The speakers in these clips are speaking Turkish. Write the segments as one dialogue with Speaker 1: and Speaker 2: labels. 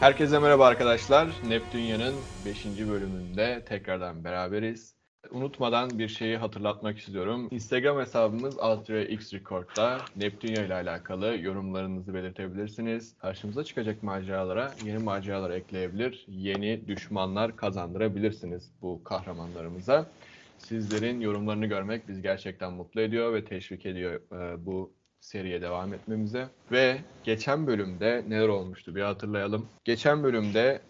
Speaker 1: Herkese merhaba arkadaşlar. Neptünya'nın 5. bölümünde tekrardan beraberiz. Unutmadan bir şeyi hatırlatmak istiyorum. Instagram hesabımız xrecord'da Neptünya ile alakalı yorumlarınızı belirtebilirsiniz. Karşımıza çıkacak maceralara yeni maceralar ekleyebilir, yeni düşmanlar kazandırabilirsiniz bu kahramanlarımıza. Sizlerin yorumlarını görmek bizi gerçekten mutlu ediyor ve teşvik ediyor e, bu seriye devam etmemize. Ve geçen bölümde neler olmuştu bir hatırlayalım. Geçen bölümde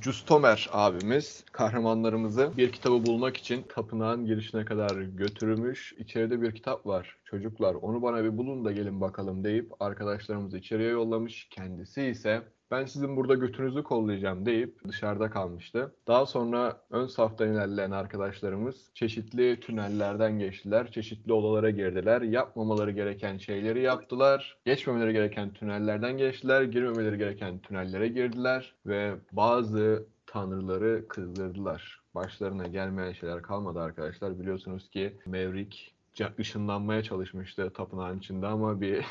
Speaker 1: Customer abimiz kahramanlarımızı bir kitabı bulmak için tapınağın girişine kadar götürmüş. İçeride bir kitap var. Çocuklar onu bana bir bulun da gelin bakalım deyip arkadaşlarımızı içeriye yollamış. Kendisi ise ben sizin burada götünüzü kollayacağım deyip dışarıda kalmıştı. Daha sonra ön saftan ilerleyen arkadaşlarımız çeşitli tünellerden geçtiler, çeşitli odalara girdiler, yapmamaları gereken şeyleri yaptılar, geçmemeleri gereken tünellerden geçtiler, girmemeleri gereken tünellere girdiler ve bazı tanrıları kızdırdılar. Başlarına gelmeyen şeyler kalmadı arkadaşlar. Biliyorsunuz ki Mevrik ca- ışınlanmaya çalışmıştı tapınağın içinde ama bir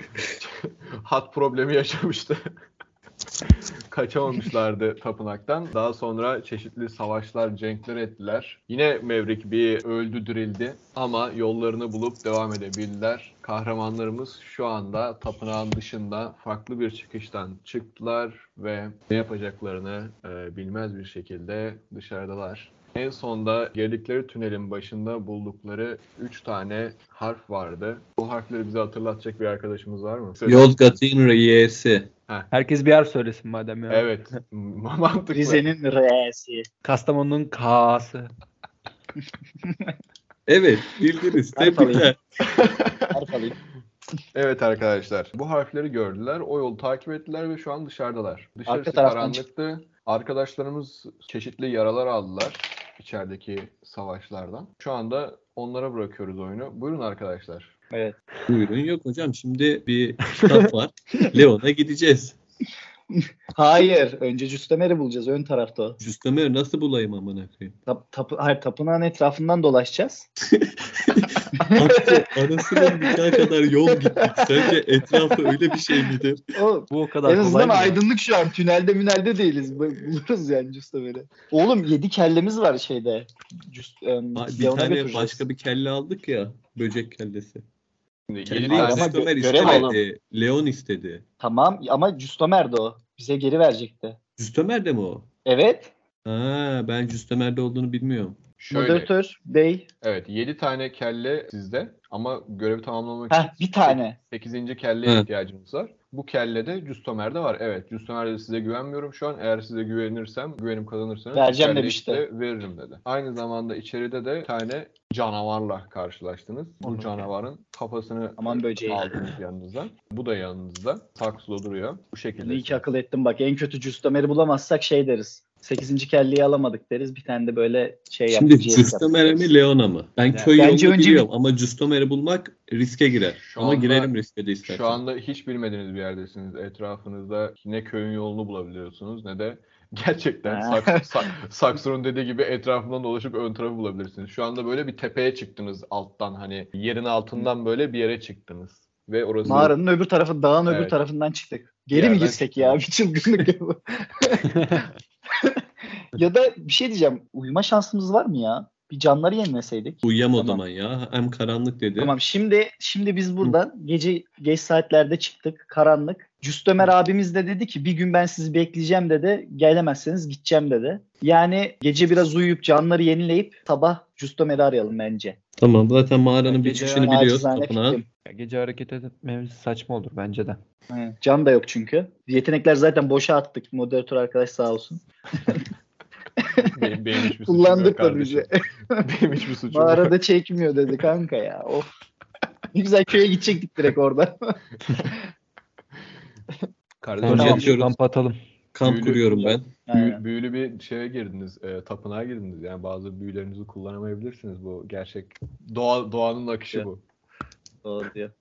Speaker 1: hat problemi yaşamıştı. Kaçamamışlardı tapınaktan. Daha sonra çeşitli savaşlar, cenkler ettiler. Yine Mevrik bir öldü dirildi ama yollarını bulup devam edebildiler. Kahramanlarımız şu anda tapınağın dışında farklı bir çıkıştan çıktılar ve ne yapacaklarını e, bilmez bir şekilde dışarıdalar. En sonda girdikleri tünelin başında buldukları 3 tane harf vardı. Bu harfleri bize hatırlatacak bir arkadaşımız var mı?
Speaker 2: Yozgat'ın reisi.
Speaker 3: Herkes bir yer söylesin madem ya.
Speaker 1: Evet. ma- Mantıklı.
Speaker 4: Rize'nin R'si.
Speaker 3: Kastamonu'nun K'sı.
Speaker 2: Evet bildiniz.
Speaker 4: Harf
Speaker 2: Tebrikler.
Speaker 4: Harf alayım.
Speaker 1: Evet arkadaşlar. Bu harfleri gördüler. O yolu takip ettiler ve şu an dışarıdalar. Dışarısı
Speaker 4: Arka taraftan
Speaker 1: karanlıktı. Arkadaşlarımız çeşitli yaralar aldılar içerideki savaşlardan. Şu anda onlara bırakıyoruz oyunu. Buyurun arkadaşlar.
Speaker 4: Evet.
Speaker 2: Buyurun yok hocam şimdi bir kitap var. Leon'a gideceğiz.
Speaker 4: Hayır. Önce Cüstemer'i bulacağız. Ön tarafta o.
Speaker 2: Justamer'i nasıl bulayım amına koyayım?
Speaker 4: Tap, tapı- hayır tapınağın etrafından dolaşacağız.
Speaker 2: Aklı anasının nikah kadar yol gittik. Sence etrafı öyle bir şey midir?
Speaker 4: O,
Speaker 3: Bu o kadar
Speaker 4: en azından
Speaker 3: kolay mı?
Speaker 4: aydınlık şu an. Tünelde münelde değiliz. Bu- Buluruz yani Cüstemer'i. Oğlum yedi kellemiz var şeyde. Cüst, em,
Speaker 2: Ha, Bir
Speaker 4: Leon'a
Speaker 2: tane
Speaker 4: götüreceğiz.
Speaker 2: başka bir kelle aldık ya. Böcek kellesi.
Speaker 1: Şimdi
Speaker 2: Kelleyi
Speaker 1: yedi tane-
Speaker 4: ama gö-
Speaker 2: Justamer
Speaker 4: görev
Speaker 2: istemedi. Leon istedi.
Speaker 4: Tamam ama Cüstemer de o. Bize geri verecekti.
Speaker 2: Justamer de mi o?
Speaker 4: Evet.
Speaker 2: Ha, ben Justamer'de olduğunu bilmiyorum.
Speaker 1: şöyle.
Speaker 4: Moderatör Bey.
Speaker 1: Evet 7 tane kelle sizde ama görevi tamamlamak için
Speaker 4: Heh, bir tane.
Speaker 1: 8. kelleye
Speaker 2: Hı.
Speaker 1: ihtiyacımız var. Bu kellede Customer'de var. Evet Customer'de size güvenmiyorum şu an. Eğer size güvenirsem, güvenim kazanırsanız
Speaker 4: Vereceğim
Speaker 1: kelleyi
Speaker 4: demişti.
Speaker 1: size veririm dedi. Aynı zamanda içeride de bir tane canavarla karşılaştınız. Bu
Speaker 3: Aman
Speaker 1: canavarın kafasını
Speaker 4: Aman böceği.
Speaker 1: aldınız yanınıza. Bu da yanınızda. Saksıda duruyor. Bu şekilde.
Speaker 4: İyi ki akıl ettim bak. En kötü Cüstemer'i bulamazsak şey deriz. 8. kelleyi alamadık deriz. Bir tane de böyle şey
Speaker 2: Şimdi
Speaker 4: yaptık, GS yaptık.
Speaker 2: Customer'e mi Leon'a mı? Ben
Speaker 3: Ya,
Speaker 2: köy
Speaker 4: bence
Speaker 2: yolunu
Speaker 4: önce
Speaker 2: biliyorum ama Customer'i bulmak riske girer.
Speaker 1: Şu
Speaker 2: ama
Speaker 1: anda-
Speaker 2: girelim riske de istersen.
Speaker 1: Şu anda hiç bilmediğiniz bir yerdesiniz. Etrafınızda ne köyün yolunu bulabiliyorsunuz ne de gerçekten
Speaker 4: Ha.
Speaker 1: Saks- Sak- Saksun'un dediği gibi etrafından dolaşıp ön tarafı bulabilirsiniz. Şu anda böyle bir tepeye çıktınız alttan hani yerin altından böyle bir yere çıktınız. Ve orası
Speaker 4: Mağaranın öbür tarafı, dağın öbür
Speaker 1: Evet.
Speaker 4: tarafından çıktık. Geri mi
Speaker 1: Yerden
Speaker 4: girsek ya? Bir çılgınlık yapalım. ya da bir şey diyeceğim. Uyuma şansımız var mı ya? Bir canları yenmeseydik.
Speaker 2: Uyuyam o
Speaker 4: Tamam.
Speaker 2: zaman ya. Hem karanlık dedi.
Speaker 4: Tamam şimdi şimdi biz buradan gece geç saatlerde çıktık. Karanlık. Cüstömer abimiz de dedi ki bir gün ben sizi bekleyeceğim dedi. Gelemezseniz gideceğim dedi. Yani gece biraz uyuyup canları yenileyip sabah Cüstömer'i arayalım bence.
Speaker 2: Tamam, zaten mağaranın bir
Speaker 3: Gece
Speaker 2: çıkışını
Speaker 3: yani
Speaker 2: biliyoruz
Speaker 4: Naçizane
Speaker 2: tapınağın.
Speaker 4: fikrim.
Speaker 3: Ya Gece hareket etmemiz saçma olur bence de.
Speaker 4: He, Can da yok çünkü. Yetenekler zaten boşa attık. Moderatör arkadaş sağ olsun.
Speaker 1: benim, benim hiçbir suçum yok
Speaker 4: Kullandık da
Speaker 1: kardeşim.
Speaker 4: bizi.
Speaker 1: Benim hiçbir suçum yok.
Speaker 4: Mağarada çekmiyor dedi kanka ya. Of. Ne güzel köye gidecektik direkt orada.
Speaker 1: Kardeşim,
Speaker 2: Tamam,
Speaker 3: Sonra
Speaker 1: büyülü-
Speaker 2: yapıyoruz.
Speaker 3: kamp atalım.
Speaker 2: Kamp
Speaker 1: Büyülü-
Speaker 2: kuruyorum ben.
Speaker 4: Aynen.
Speaker 1: büyülü bir şeye girdiniz, e, tapınağa girdiniz. Yani bazı büyülerinizi kullanamayabilirsiniz. Bu gerçek doğa, doğanın akışı
Speaker 4: Evet.
Speaker 1: bu.
Speaker 4: Doğru diyor.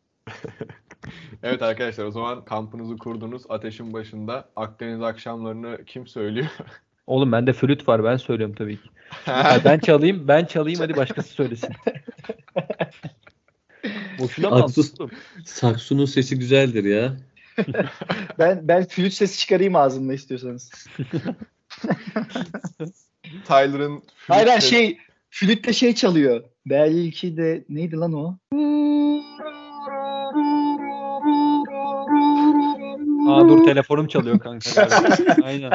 Speaker 1: Evet arkadaşlar o zaman kampınızı kurdunuz. Ateşin başında Akdeniz akşamlarını kim söylüyor?
Speaker 3: Oğlum bende flüt var ben söylüyorum tabii ki. Ya ben çalayım ben çalayım hadi başkası söylesin. Boşuna mı
Speaker 2: Atsız-
Speaker 3: oğlum?
Speaker 2: Saksunun sesi güzeldir ya.
Speaker 4: ben ben flüt sesi çıkarayım ağzımda istiyorsanız.
Speaker 1: Tyler'ın
Speaker 4: Hayır ben
Speaker 1: flütte-
Speaker 4: şey flütle şey çalıyor. Belki de neydi lan o?
Speaker 3: Aa dur telefonum çalıyor kanka. Aynen.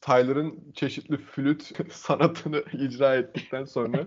Speaker 1: Tyler'ın çeşitli flüt sanatını icra ettikten sonra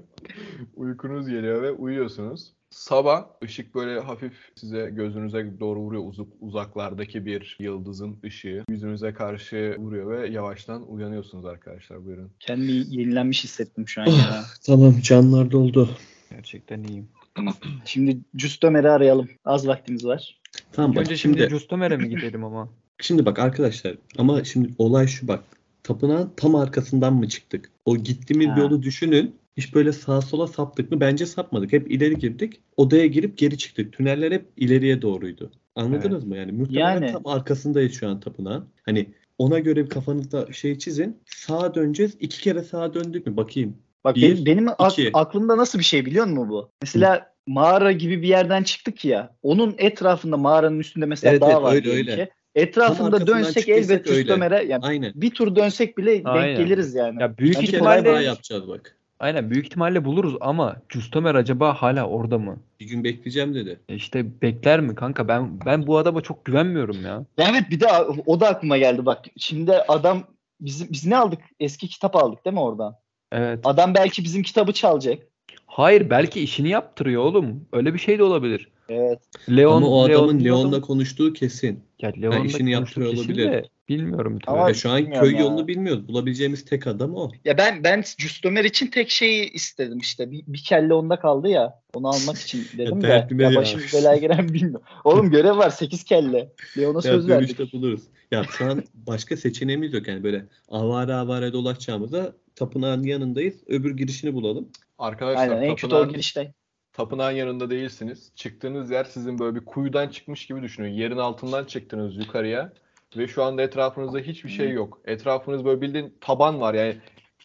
Speaker 1: uykunuz geliyor ve uyuyorsunuz. Sabah ışık böyle hafif size gözünüze doğru vuruyor. Uzuk, uzaklardaki bir yıldızın ışığı yüzünüze karşı vuruyor ve yavaştan uyanıyorsunuz arkadaşlar. Buyurun.
Speaker 4: Kendimi yenilenmiş hissettim şu an ya.
Speaker 2: Tamam canlar doldu.
Speaker 3: Gerçekten iyiyim.
Speaker 4: Şimdi Cüstömer'i arayalım. Az vaktimiz var.
Speaker 2: Tamam bak
Speaker 3: Önce şimdi
Speaker 2: şimdi
Speaker 3: Customer'e mi gidelim ama?
Speaker 2: Şimdi bak arkadaşlar ama şimdi olay şu bak. Tapınağın tam arkasından mı çıktık? O gittiğimiz
Speaker 4: Ha.
Speaker 2: yolu düşünün. Hiç böyle sağa sola saptık mı? Bence sapmadık. Hep ileri girdik. Odaya girip geri çıktık. Tüneller hep ileriye doğruydu. Anladınız mı? Yani muhtemelen
Speaker 4: Yani.
Speaker 2: tam arkasındayız şu an tapınağın. Hani ona göre kafanızda şey çizin. Sağa döneceğiz. İki kere sağa döndük mü? Bakayım.
Speaker 4: Bak
Speaker 2: Bir,
Speaker 4: benim, benim ak-
Speaker 2: iki.
Speaker 4: aklımda nasıl bir şey biliyor musun bu? Mesela mağara gibi bir yerden çıktık ya. Onun etrafında mağaranın üstünde mesela
Speaker 2: Evet,
Speaker 4: dağ
Speaker 2: evet,
Speaker 4: var
Speaker 2: öyle,
Speaker 4: diyelim
Speaker 2: öyle.
Speaker 4: ki. Etrafında
Speaker 2: arkasından
Speaker 4: dönsek
Speaker 2: çıktıysak
Speaker 4: elbet
Speaker 2: öyle.
Speaker 4: Cüstömer'e yani
Speaker 2: Aynen.
Speaker 4: bir tur dönsek bile
Speaker 3: Aynen.
Speaker 4: denk geliriz yani.
Speaker 3: Ya büyük
Speaker 2: İki
Speaker 4: Bence
Speaker 2: kere daha
Speaker 4: kolay
Speaker 3: ihtimalle
Speaker 2: yapacağız bak.
Speaker 3: aynen büyük ihtimalle buluruz ama Customer acaba hala orada mı?
Speaker 2: Bir gün bekleyeceğim dedi.
Speaker 3: E İşte bekler mi kanka? Ben ben bu adama çok güvenmiyorum ya.
Speaker 4: Ya Evet bir de a- o da aklıma geldi bak. Şimdi adam biz, biz ne aldık? Eski kitap aldık değil mi oradan?
Speaker 3: Evet.
Speaker 4: Adam belki bizim kitabı çalacak.
Speaker 3: Hayır belki işini yaptırıyor oğlum. Öyle bir şey de olabilir.
Speaker 4: Evet.
Speaker 3: Leon
Speaker 2: Ama o adamın
Speaker 3: Leon'la
Speaker 2: Leon'la konuştuğu kesin.
Speaker 3: ya Leon'la
Speaker 2: işini
Speaker 3: konuştuk
Speaker 2: yaptırıyor
Speaker 3: kesin
Speaker 2: olabilir.
Speaker 3: de Bilmiyorum tabii.
Speaker 4: Ama-
Speaker 2: Ya şu an
Speaker 4: bilmiyorum
Speaker 2: köy
Speaker 4: ya.
Speaker 2: yolunu bilmiyoruz. Bulabileceğimiz tek adam o.
Speaker 4: Ya ben ben Cüstömer için tek şeyi istedim işte. Bir, bir kelle onda kaldı ya. Onu almak için dedim de.
Speaker 2: dertli be
Speaker 4: Ya
Speaker 2: ya.
Speaker 4: başımız belaya giren bilmiyorum. Oğlum görev var 8 kelle. Leon'a
Speaker 2: Ya
Speaker 4: söz verdik.
Speaker 2: dönüşte buluruz. Ya şu an başka seçeneğimiz yok yani böyle avare avare dolaşacağımıza tapınağın yanındayız. Öbür girişini bulalım.
Speaker 1: Arkadaşlar
Speaker 4: Aynen en kötü o
Speaker 1: tapınağın,
Speaker 4: gidişten.
Speaker 1: tapınağın yanında değilsiniz. Çıktığınız yer sizin böyle bir kuyudan çıkmış gibi düşünün. Yerin altından çıktınız yukarıya ve şu anda etrafınızda hiçbir şey yok. Etrafınız böyle bildiğin taban var yani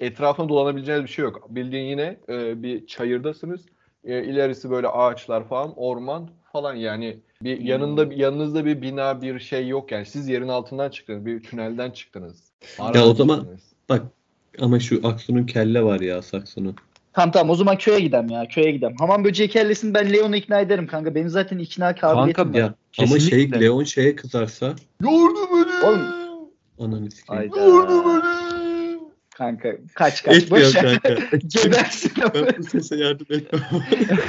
Speaker 1: etrafına dolanabileceğiniz bir şey yok. Bildiğin yine e, bir çayırdasınız. E, ilerisi böyle ağaçlar falan, orman falan yani bir
Speaker 2: Hmm.
Speaker 1: yanında yanınızda bir bina bir şey yok yani siz yerin altından çıktınız, bir tünelden çıktınız.
Speaker 2: Ya o zaman-
Speaker 1: Çıktınız.
Speaker 2: Ama şu Aksu'nun kelle var ya Saksun'un.
Speaker 4: Tamam tamam o zaman köye gidem ya köye gidem. Hamam böceği kellesini ben Leon'u ikna ederim kanka. Benim zaten ikna kabiliyetim
Speaker 3: Kanka,
Speaker 4: var.
Speaker 2: Ya ama
Speaker 3: Kesinlikle.
Speaker 2: şey Leon şeye kızarsa
Speaker 1: Yardım edin!
Speaker 4: Oğlum.
Speaker 2: ananı sikeyim.
Speaker 4: Hayda.
Speaker 1: Yardım edin!
Speaker 4: Kanka kaç kaç.
Speaker 2: Etmiyor
Speaker 4: Boş ver.
Speaker 2: kanka.
Speaker 4: Gebersin ama.
Speaker 2: ben bu sese yardım etmem.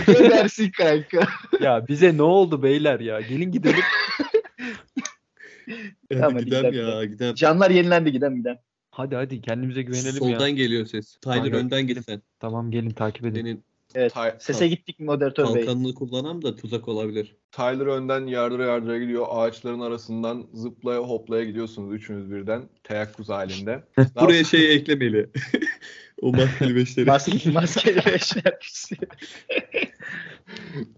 Speaker 4: Gebersin kanka.
Speaker 3: Ya bize ne oldu beyler ya? Gelin gidelim.
Speaker 2: Yani
Speaker 4: Tamam,
Speaker 2: gidem
Speaker 4: gidelim.
Speaker 2: ya gidem.
Speaker 4: Canlar yenilendi giden giden.
Speaker 3: hadi hadi kendimize güvenelim
Speaker 2: Soldan
Speaker 3: ya.
Speaker 2: geliyor ses. Tyler
Speaker 3: Kanka,
Speaker 2: önden
Speaker 3: gidelim.
Speaker 2: gitsen.
Speaker 3: Tamam gelin takip edin.
Speaker 2: Senin
Speaker 1: Ty-
Speaker 4: Sese gittik mi moderatör bey?
Speaker 2: kalkanını kullanam da tuzak olabilir.
Speaker 1: Tyler önden yardıra yardıra gidiyor. Ağaçların arasından zıplaya hoplaya gidiyorsunuz üçünüz birden. Teyakkuz halinde. Daha-
Speaker 2: Buraya şey eklemeli. o maskeli beşleri.
Speaker 4: Maske, maskeli eşler.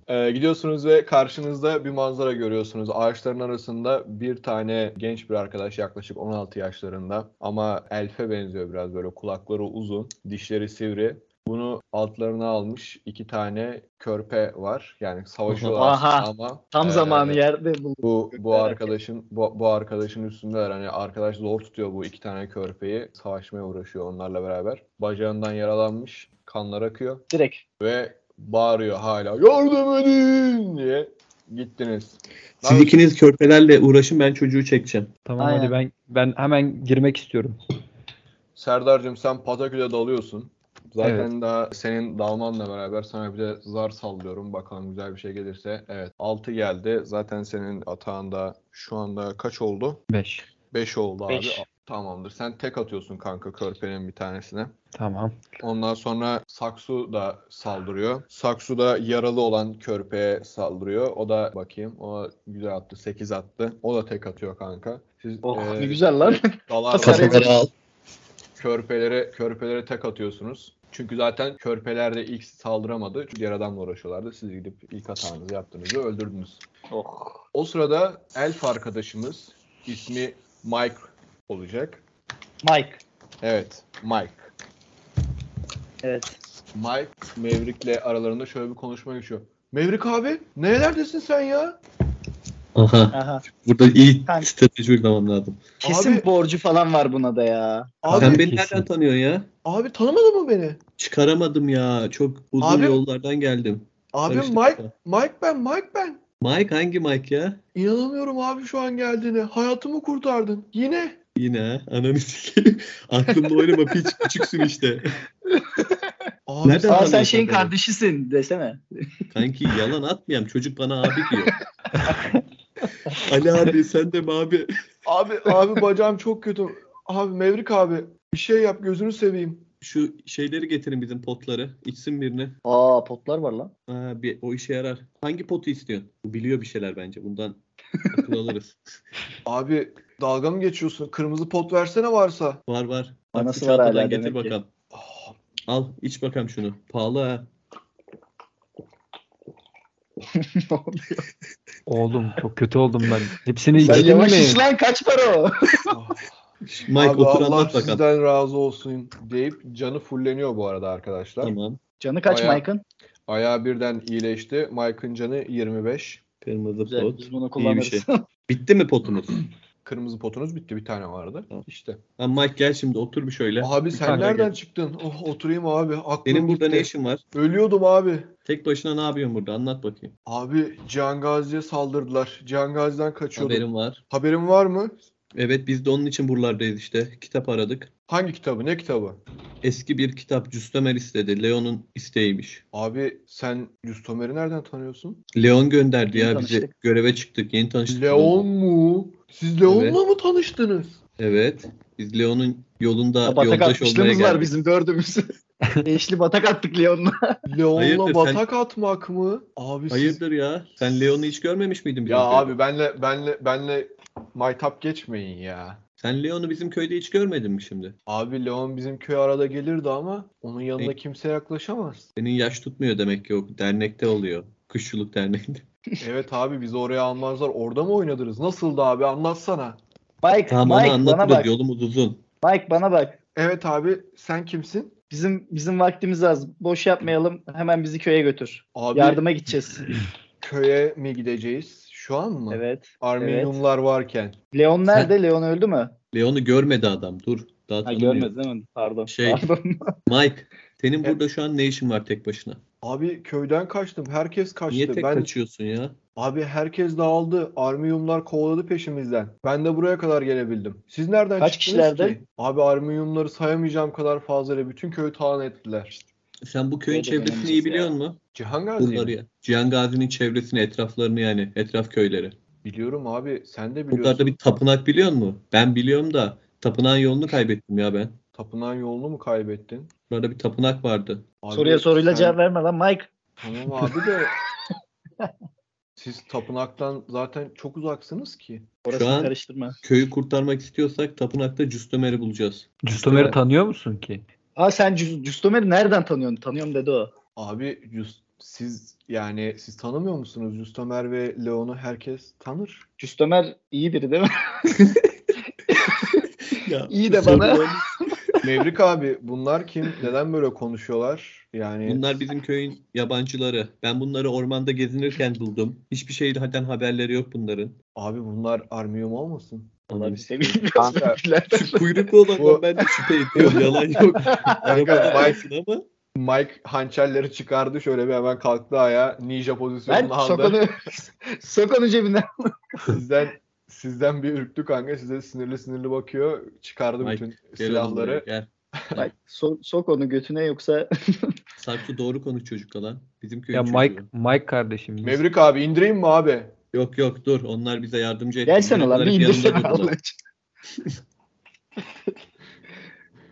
Speaker 1: Ee, gidiyorsunuz ve karşınızda bir manzara görüyorsunuz. Ağaçların arasında bir tane genç bir arkadaş yaklaşık 16 yaşlarında ama elfe benziyor biraz böyle kulakları uzun, dişleri sivri. Bunu altlarına almış iki tane körpe var. Yani savaşıyorlar
Speaker 4: Aha.
Speaker 1: ama
Speaker 4: Tam
Speaker 1: e,
Speaker 4: zamanı yerde bulduk.
Speaker 1: Bu bu
Speaker 4: Merak
Speaker 1: arkadaşın bu, bu arkadaşın üstündeler. Hani arkadaş zor tutuyor bu iki tane körpeyi. Savaşmaya uğraşıyor onlarla beraber. Bacağından yaralanmış. Kanlar akıyor
Speaker 4: Direkt.
Speaker 1: ve bağırıyor hala. Yardım edin diye. Gittiniz.
Speaker 2: Siz ikiniz körpelerle uğraşın ben çocuğu çekeceğim.
Speaker 3: Tamam
Speaker 4: Aynen.
Speaker 3: hadi ben ben hemen girmek istiyorum.
Speaker 1: Serdar'cığım sen Pataküle dalıyorsun. Zaten
Speaker 3: Evet.
Speaker 1: daha senin dalmanla beraber sana bir de zar sallıyorum. Bakalım güzel bir şey gelirse. Evet 6 geldi. Zaten senin atağında şu anda kaç oldu?
Speaker 3: 5.
Speaker 1: 5 oldu abi.
Speaker 4: Beş.
Speaker 1: Tamamdır. Sen tek atıyorsun kanka körpenin bir tanesine.
Speaker 3: Tamam.
Speaker 1: Ondan sonra Saksu da saldırıyor. Saksu da yaralı olan körpeye saldırıyor. O da bakayım. O güzel attı. 8 attı. O da tek atıyor kanka. Siz e,
Speaker 4: Oh
Speaker 1: eee,
Speaker 4: ne güzel lan.
Speaker 1: dalar
Speaker 4: Kafaları
Speaker 1: dalar
Speaker 2: Kafaları al.
Speaker 1: körpelere körpelere tek atıyorsunuz. Çünkü zaten körpeler de ilk saldıramadı. Çünkü diğer adamla uğraşıyorlardı. Siz gidip ilk hatanızı yaptığınızı öldürdünüz.
Speaker 4: oh.
Speaker 1: O sırada elf arkadaşımız ismi Mike olacak.
Speaker 4: Mike.
Speaker 1: Evet, Mike.
Speaker 4: Evet.
Speaker 1: Mike Mevrik'le aralarında şöyle bir konuşma geçiyor. Mevrik abi nerelerdesin sen ya?
Speaker 2: Aha.
Speaker 4: Aha.
Speaker 2: Burada iyi
Speaker 4: Kanka.
Speaker 2: strateji uygulamam lazım.
Speaker 4: Kesin
Speaker 5: Abi-
Speaker 4: borcu falan var buna da ya.
Speaker 5: Abi,
Speaker 2: Sen
Speaker 5: abi,
Speaker 2: beni
Speaker 3: kesin.
Speaker 2: nereden tanıyorsun ya?
Speaker 5: tanımadın mı beni?
Speaker 2: Çıkaramadım ya. Çok uzun
Speaker 5: Abi-
Speaker 2: yollardan geldim.
Speaker 5: Abi
Speaker 2: Karıştı
Speaker 5: Mike,
Speaker 2: kafa.
Speaker 5: Mike ben, Mike ben.
Speaker 2: Mike hangi Mike ya?
Speaker 5: İnanamıyorum abi şu an geldiğine. Hayatımı kurtardın. Yine.
Speaker 2: Yine ha, ananı sikeyim. Aklımda oynama piç küçüksün işte.
Speaker 5: Abi
Speaker 2: Nereden
Speaker 5: sen-
Speaker 4: Aa, sen
Speaker 2: tanıyorsun
Speaker 4: şeyin
Speaker 2: adamı?
Speaker 4: kardeşisin desene.
Speaker 2: Kanki yalan atmayayım. Çocuk bana abi diyor. Ali abi sen de mi abi?
Speaker 5: Abi, abi bacağım çok kötü. Abi Mevrik abi bir şey yap gözünü seveyim.
Speaker 2: Şu şeyleri getirin bizim potları. İçsin birini.
Speaker 4: Aa potlar var lan.
Speaker 2: Ha, bir, o işe yarar. Hangi potu istiyorsun? Bu biliyor bir şeyler bence. Bundan akıl alırız.
Speaker 5: Abi dalga mı geçiyorsun? Kırmızı pot versene varsa.
Speaker 2: Var var. Bak,
Speaker 4: Anası
Speaker 2: bu
Speaker 4: var hala
Speaker 2: çantadan getir
Speaker 4: demek ki.
Speaker 2: bakalım. Ah, Al iç bakalım şunu. Pahalı ha.
Speaker 3: Oğlum çok kötü oldum ben. Hepsini
Speaker 4: Sen
Speaker 3: içtin mi?
Speaker 4: yavaş iş lan kaç para o?
Speaker 2: Mike
Speaker 5: abi
Speaker 2: otur
Speaker 5: Allah
Speaker 2: anlat bakalım.
Speaker 5: sizden razı olsun.
Speaker 1: Deyip canı fulleniyor bu arada arkadaşlar.
Speaker 2: Tamam.
Speaker 4: Canı kaç
Speaker 1: Bayağı.
Speaker 4: Mike'ın?
Speaker 1: Ayağı birden iyileşti. Mike'ın canı 25.
Speaker 2: Kırmızı
Speaker 4: Güzel
Speaker 2: pot.
Speaker 4: biz
Speaker 2: İyi
Speaker 4: bunu
Speaker 2: bir
Speaker 4: kullanırız.
Speaker 2: şey. Bitti mi potunuz?
Speaker 1: Kırmızı potunuz bitti. Bir tane vardı.
Speaker 2: Tamam.
Speaker 1: İşte.
Speaker 2: Ha, Mike gel şimdi otur bir şöyle.
Speaker 5: Abi sen
Speaker 3: tane daha
Speaker 5: nereden
Speaker 3: gel.
Speaker 5: çıktın? Oh oturayım abi. Aklım
Speaker 2: Senin burada
Speaker 5: gitti.
Speaker 2: ne işin var?
Speaker 5: Ölüyordum abi.
Speaker 2: Tek başına ne yapıyorsun burada? Anlat bakayım.
Speaker 5: Abi Cihan Gazi'ye saldırdılar. Cihan Gazi'den kaçıyordum. Haberim.
Speaker 2: Haberim
Speaker 5: var
Speaker 2: var.
Speaker 5: mı?
Speaker 2: Evet biz de onun için buralardayız işte. Kitap aradık.
Speaker 5: Hangi kitabı? Ne kitabı?
Speaker 2: Eski bir kitap Cüstomer istedi. Leon'un isteğiymiş.
Speaker 5: Abi sen Yustomer'i nereden tanıyorsun?
Speaker 2: Leon gönderdi
Speaker 4: Yeni
Speaker 2: ya bizi.
Speaker 4: tanıştık.
Speaker 2: Göreve çıktık. Yeni tanıştık.
Speaker 5: Leon mu? Siz Leon'la mı tanıştınız?
Speaker 2: Evet. Biz Leon'un yolunda
Speaker 4: Batak
Speaker 2: yoldaş olmaya
Speaker 4: atmışlığımız
Speaker 2: geldik.
Speaker 4: var bizim dördümüz. Eşli batak attık Leon'la.
Speaker 5: Leon'la
Speaker 2: Hayırdır,
Speaker 5: batak atmak mı? Abi siz-
Speaker 2: Hayırdır ya? Sen Leon'u hiç görmemiş miydin bizim
Speaker 1: Ya
Speaker 2: köyde?
Speaker 1: abi benle benle benle maytap geçmeyin ya.
Speaker 2: Sen Leon'u bizim köyde hiç görmedin mi şimdi?
Speaker 1: Abi Leon bizim köy arada gelirdi ama onun yanına kimse yaklaşamaz.
Speaker 2: Senin yaş tutmuyor demek ki o dernekte oluyor. Kuşçuluk derneğinde.
Speaker 1: evet abi bizi oraya almazlar. Orada mı oynadınız? Nasıldı abi anlatsana.
Speaker 4: Mike,
Speaker 2: Tamam onu
Speaker 4: Mike bana
Speaker 2: anlatırız.
Speaker 4: bak.
Speaker 2: Yolumuz uzun.
Speaker 4: Mike bana bak.
Speaker 5: Evet abi sen kimsin?
Speaker 4: Bizim bizim vaktimiz az. Boş yapmayalım. Hemen bizi köye götür.
Speaker 1: Abi
Speaker 4: Yardıma gideceğiz.
Speaker 1: köye mi gideceğiz? Şu an mı?
Speaker 4: Evet.
Speaker 1: Arminyumlar varken.
Speaker 4: Leon nerede? Leon öldü mü?
Speaker 2: Leon'u görmedi adam. Dur. Daha
Speaker 4: Ha
Speaker 2: tanımıyor.
Speaker 4: görmedi değil mi? Pardon.
Speaker 2: Şey-
Speaker 4: Pardon.
Speaker 2: Mike, senin burada şu an ne işin var tek başına?
Speaker 5: Abi köyden kaçtım. Herkes kaçtı.
Speaker 2: Niye tek
Speaker 5: ben
Speaker 2: kaçıyorsun ya?
Speaker 5: abi herkes dağıldı. Armiyumlar kovaladı peşimizden. Ben de buraya kadar gelebildim. Siz nereden
Speaker 4: Kaç
Speaker 5: çıktınız
Speaker 4: kişilerdi?
Speaker 5: ki? Abi Armiyumları sayamayacağım kadar fazla. Bütün köyü talan ettiler.
Speaker 2: Sen bu köyün
Speaker 4: Köyde
Speaker 2: çevresini iyi
Speaker 4: dönemeyeceğiz
Speaker 2: biliyor musun?
Speaker 1: Cihan Gazi mi?
Speaker 2: Buraları ya. Cihan Gazi'nin çevresini, etraflarını yani. Etraf köyleri.
Speaker 1: Biliyorum abi sen de biliyorsun.
Speaker 2: Buralarda bir tapınak biliyor musun? Ben biliyorum da tapınağın yolunu kaybettim ya ben.
Speaker 1: Tapınağın yolunu mu kaybettin?
Speaker 2: Burada bir tapınak vardı.
Speaker 1: Abi
Speaker 4: Soruya soruyla
Speaker 1: sen-
Speaker 4: cevap verme lan Mike.
Speaker 1: Tamam abi de siz tapınaktan zaten çok uzaksınız ki.
Speaker 4: Orasını
Speaker 2: an-
Speaker 4: karıştırma.
Speaker 2: Köyü kurtarmak istiyorsak tapınakta Cüstomer'i bulacağız.
Speaker 3: Cüstomer'i
Speaker 1: Evet.
Speaker 3: tanıyor musun ki?
Speaker 4: Aa sen Cüs- Cüstomer'i nereden tanıyorsun? Tanıyorum dedi o.
Speaker 1: Abi Yus- siz yani siz tanımıyor musunuz? Yustomer ve Leon'u herkes tanır.
Speaker 4: Cüstomer iyi biri değil mi?
Speaker 2: ya,
Speaker 4: İyi de bana.
Speaker 1: Mevrik abi bunlar kim? Neden böyle konuşuyorlar? Yani
Speaker 2: Bunlar bizim köyün yabancıları. Ben bunları ormanda gezinirken buldum. Hiçbir şeyden haberleri yok bunların.
Speaker 1: abi bunlar Armium olmasın.
Speaker 2: Anam.
Speaker 1: Kanka,
Speaker 2: Şu kuyruklu olandan
Speaker 1: Bu-
Speaker 2: ben de şüphe ediyorum. Yalan yok. Arabada
Speaker 1: Mike-
Speaker 2: olsun ama
Speaker 1: Mike hançerleri çıkardı şöyle bir hemen kalktı ayağa ninja
Speaker 4: Ben
Speaker 1: pozisyonuna aldı.
Speaker 4: Sokon'u Sokon'u cebinden.
Speaker 1: Sizden sizden bir ürktü kanka size sinirli sinirli bakıyor. Çıkardı
Speaker 2: Mike,
Speaker 1: bütün
Speaker 2: gel oğlum buraya,
Speaker 1: silahları.
Speaker 2: Gel.
Speaker 4: Bak so, sok onu götüne yoksa
Speaker 2: Sarp'ı doğru konuş çocukla lan. Bizim köyün
Speaker 3: Ya Mike
Speaker 2: çocuğu.
Speaker 3: Mike kardeşim. biz-
Speaker 1: Mevrik abi indireyim mi abi?
Speaker 2: Yok yok dur. Onlar bize yardımcı etti.
Speaker 4: gelsene
Speaker 2: Bunlar
Speaker 4: lan bir
Speaker 2: hep
Speaker 4: indirsene
Speaker 2: yanında
Speaker 4: Allah
Speaker 2: durdular.
Speaker 4: için.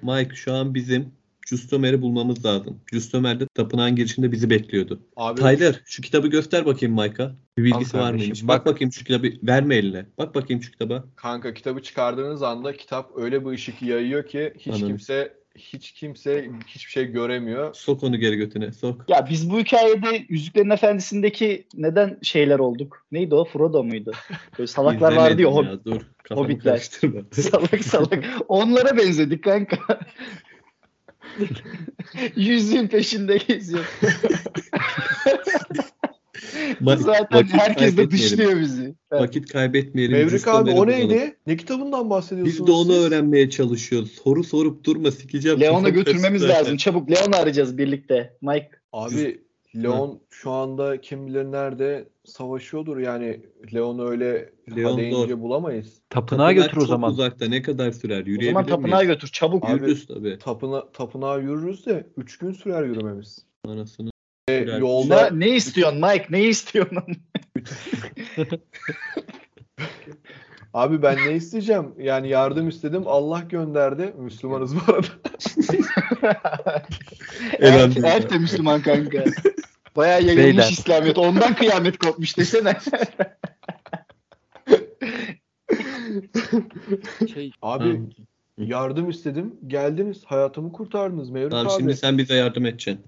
Speaker 2: Mike şu an bizim Customer'i bulmamız lazım. Customer de tapınağın girişinde bizi bekliyordu.
Speaker 1: Abi
Speaker 2: Tyler şu kitabı göster bakayım Mike'a. Bir bilgisi
Speaker 3: Al
Speaker 2: var
Speaker 3: kardeşim,
Speaker 2: mıymış?
Speaker 3: bak.
Speaker 2: Bak bakayım şu kitabı. Verme eline. Bak bakayım şu kitaba.
Speaker 1: Kanka kitabı çıkardığınız anda kitap öyle bir ışık yayıyor ki hiç
Speaker 2: Anladım.
Speaker 1: kimse hiç kimse hiçbir şey göremiyor.
Speaker 2: Sok onu geri götüne. Sok.
Speaker 4: Ya biz bu hikayede Yüzüklerin Efendisi'ndeki neden şeyler olduk? Neydi o? Frodo muydu? Böyle salaklar
Speaker 2: İzlemedim
Speaker 4: vardı ya. Hob-
Speaker 2: ya, Dur. Kafamı
Speaker 4: Hobbitler.
Speaker 2: karıştırma.
Speaker 4: salak salak. Onlara benzedik kanka. Yüzüğün peşinde geziyor.
Speaker 2: Bak-
Speaker 4: Zaten
Speaker 2: vakit
Speaker 4: herkes de
Speaker 2: kaybetmeyelim.
Speaker 4: dışlıyor bizi. Evet.
Speaker 2: Vakit kaybetmeyelim.
Speaker 1: Mevrik
Speaker 2: Rüstem
Speaker 1: abi o
Speaker 2: Erdoğan'ı.
Speaker 1: neydi? Ne kitabından bahsediyorsunuz
Speaker 2: Biz de onu
Speaker 1: siz?
Speaker 2: öğrenmeye çalışıyoruz. Soru sorup durma sikeceğim.
Speaker 4: Leon'u
Speaker 2: Çok
Speaker 4: götürmemiz
Speaker 2: kötü.
Speaker 4: lazım. Çabuk Leon'u arayacağız birlikte. Mike
Speaker 1: Abi Leon şu anda kim bilir nerede savaşıyordur yani Leon'u öyle
Speaker 2: Leon
Speaker 1: deyince
Speaker 2: doğru.
Speaker 1: bulamayız.
Speaker 3: Tapınağa götür o
Speaker 2: çok
Speaker 3: zaman.
Speaker 2: uzakta ne kadar sürer?
Speaker 4: o zaman
Speaker 2: Yürüyebilir
Speaker 4: tapınağa
Speaker 2: miyiz?
Speaker 4: götür çabuk.
Speaker 1: Abi-
Speaker 2: Yürürüz tabii.
Speaker 1: Tapına, tapınağa yürürüz de 3 gün sürer yürümemiz.
Speaker 2: Anasını.
Speaker 1: Ve
Speaker 2: Sürer.
Speaker 1: yolda
Speaker 4: Ne, ne istiyorsun Mike? Ne istiyorsun?
Speaker 1: abi ben ne isteyeceğim? Yani yardım istedim Allah gönderdi. Müslümanız bu arada.
Speaker 4: Erk,
Speaker 2: Elhamdülillah.
Speaker 4: Erk de Müslüman kanka. Bayağı yayılmış
Speaker 3: Beyler.
Speaker 4: İslamiyet. Ondan kıyamet kopmuş desene.
Speaker 1: Abi
Speaker 2: Tamam.
Speaker 1: yardım istedim geldiniz hayatımı kurtardınız Mevlüt
Speaker 2: Tamam,
Speaker 1: abi.
Speaker 2: şimdi sen bize yardım edeceksin.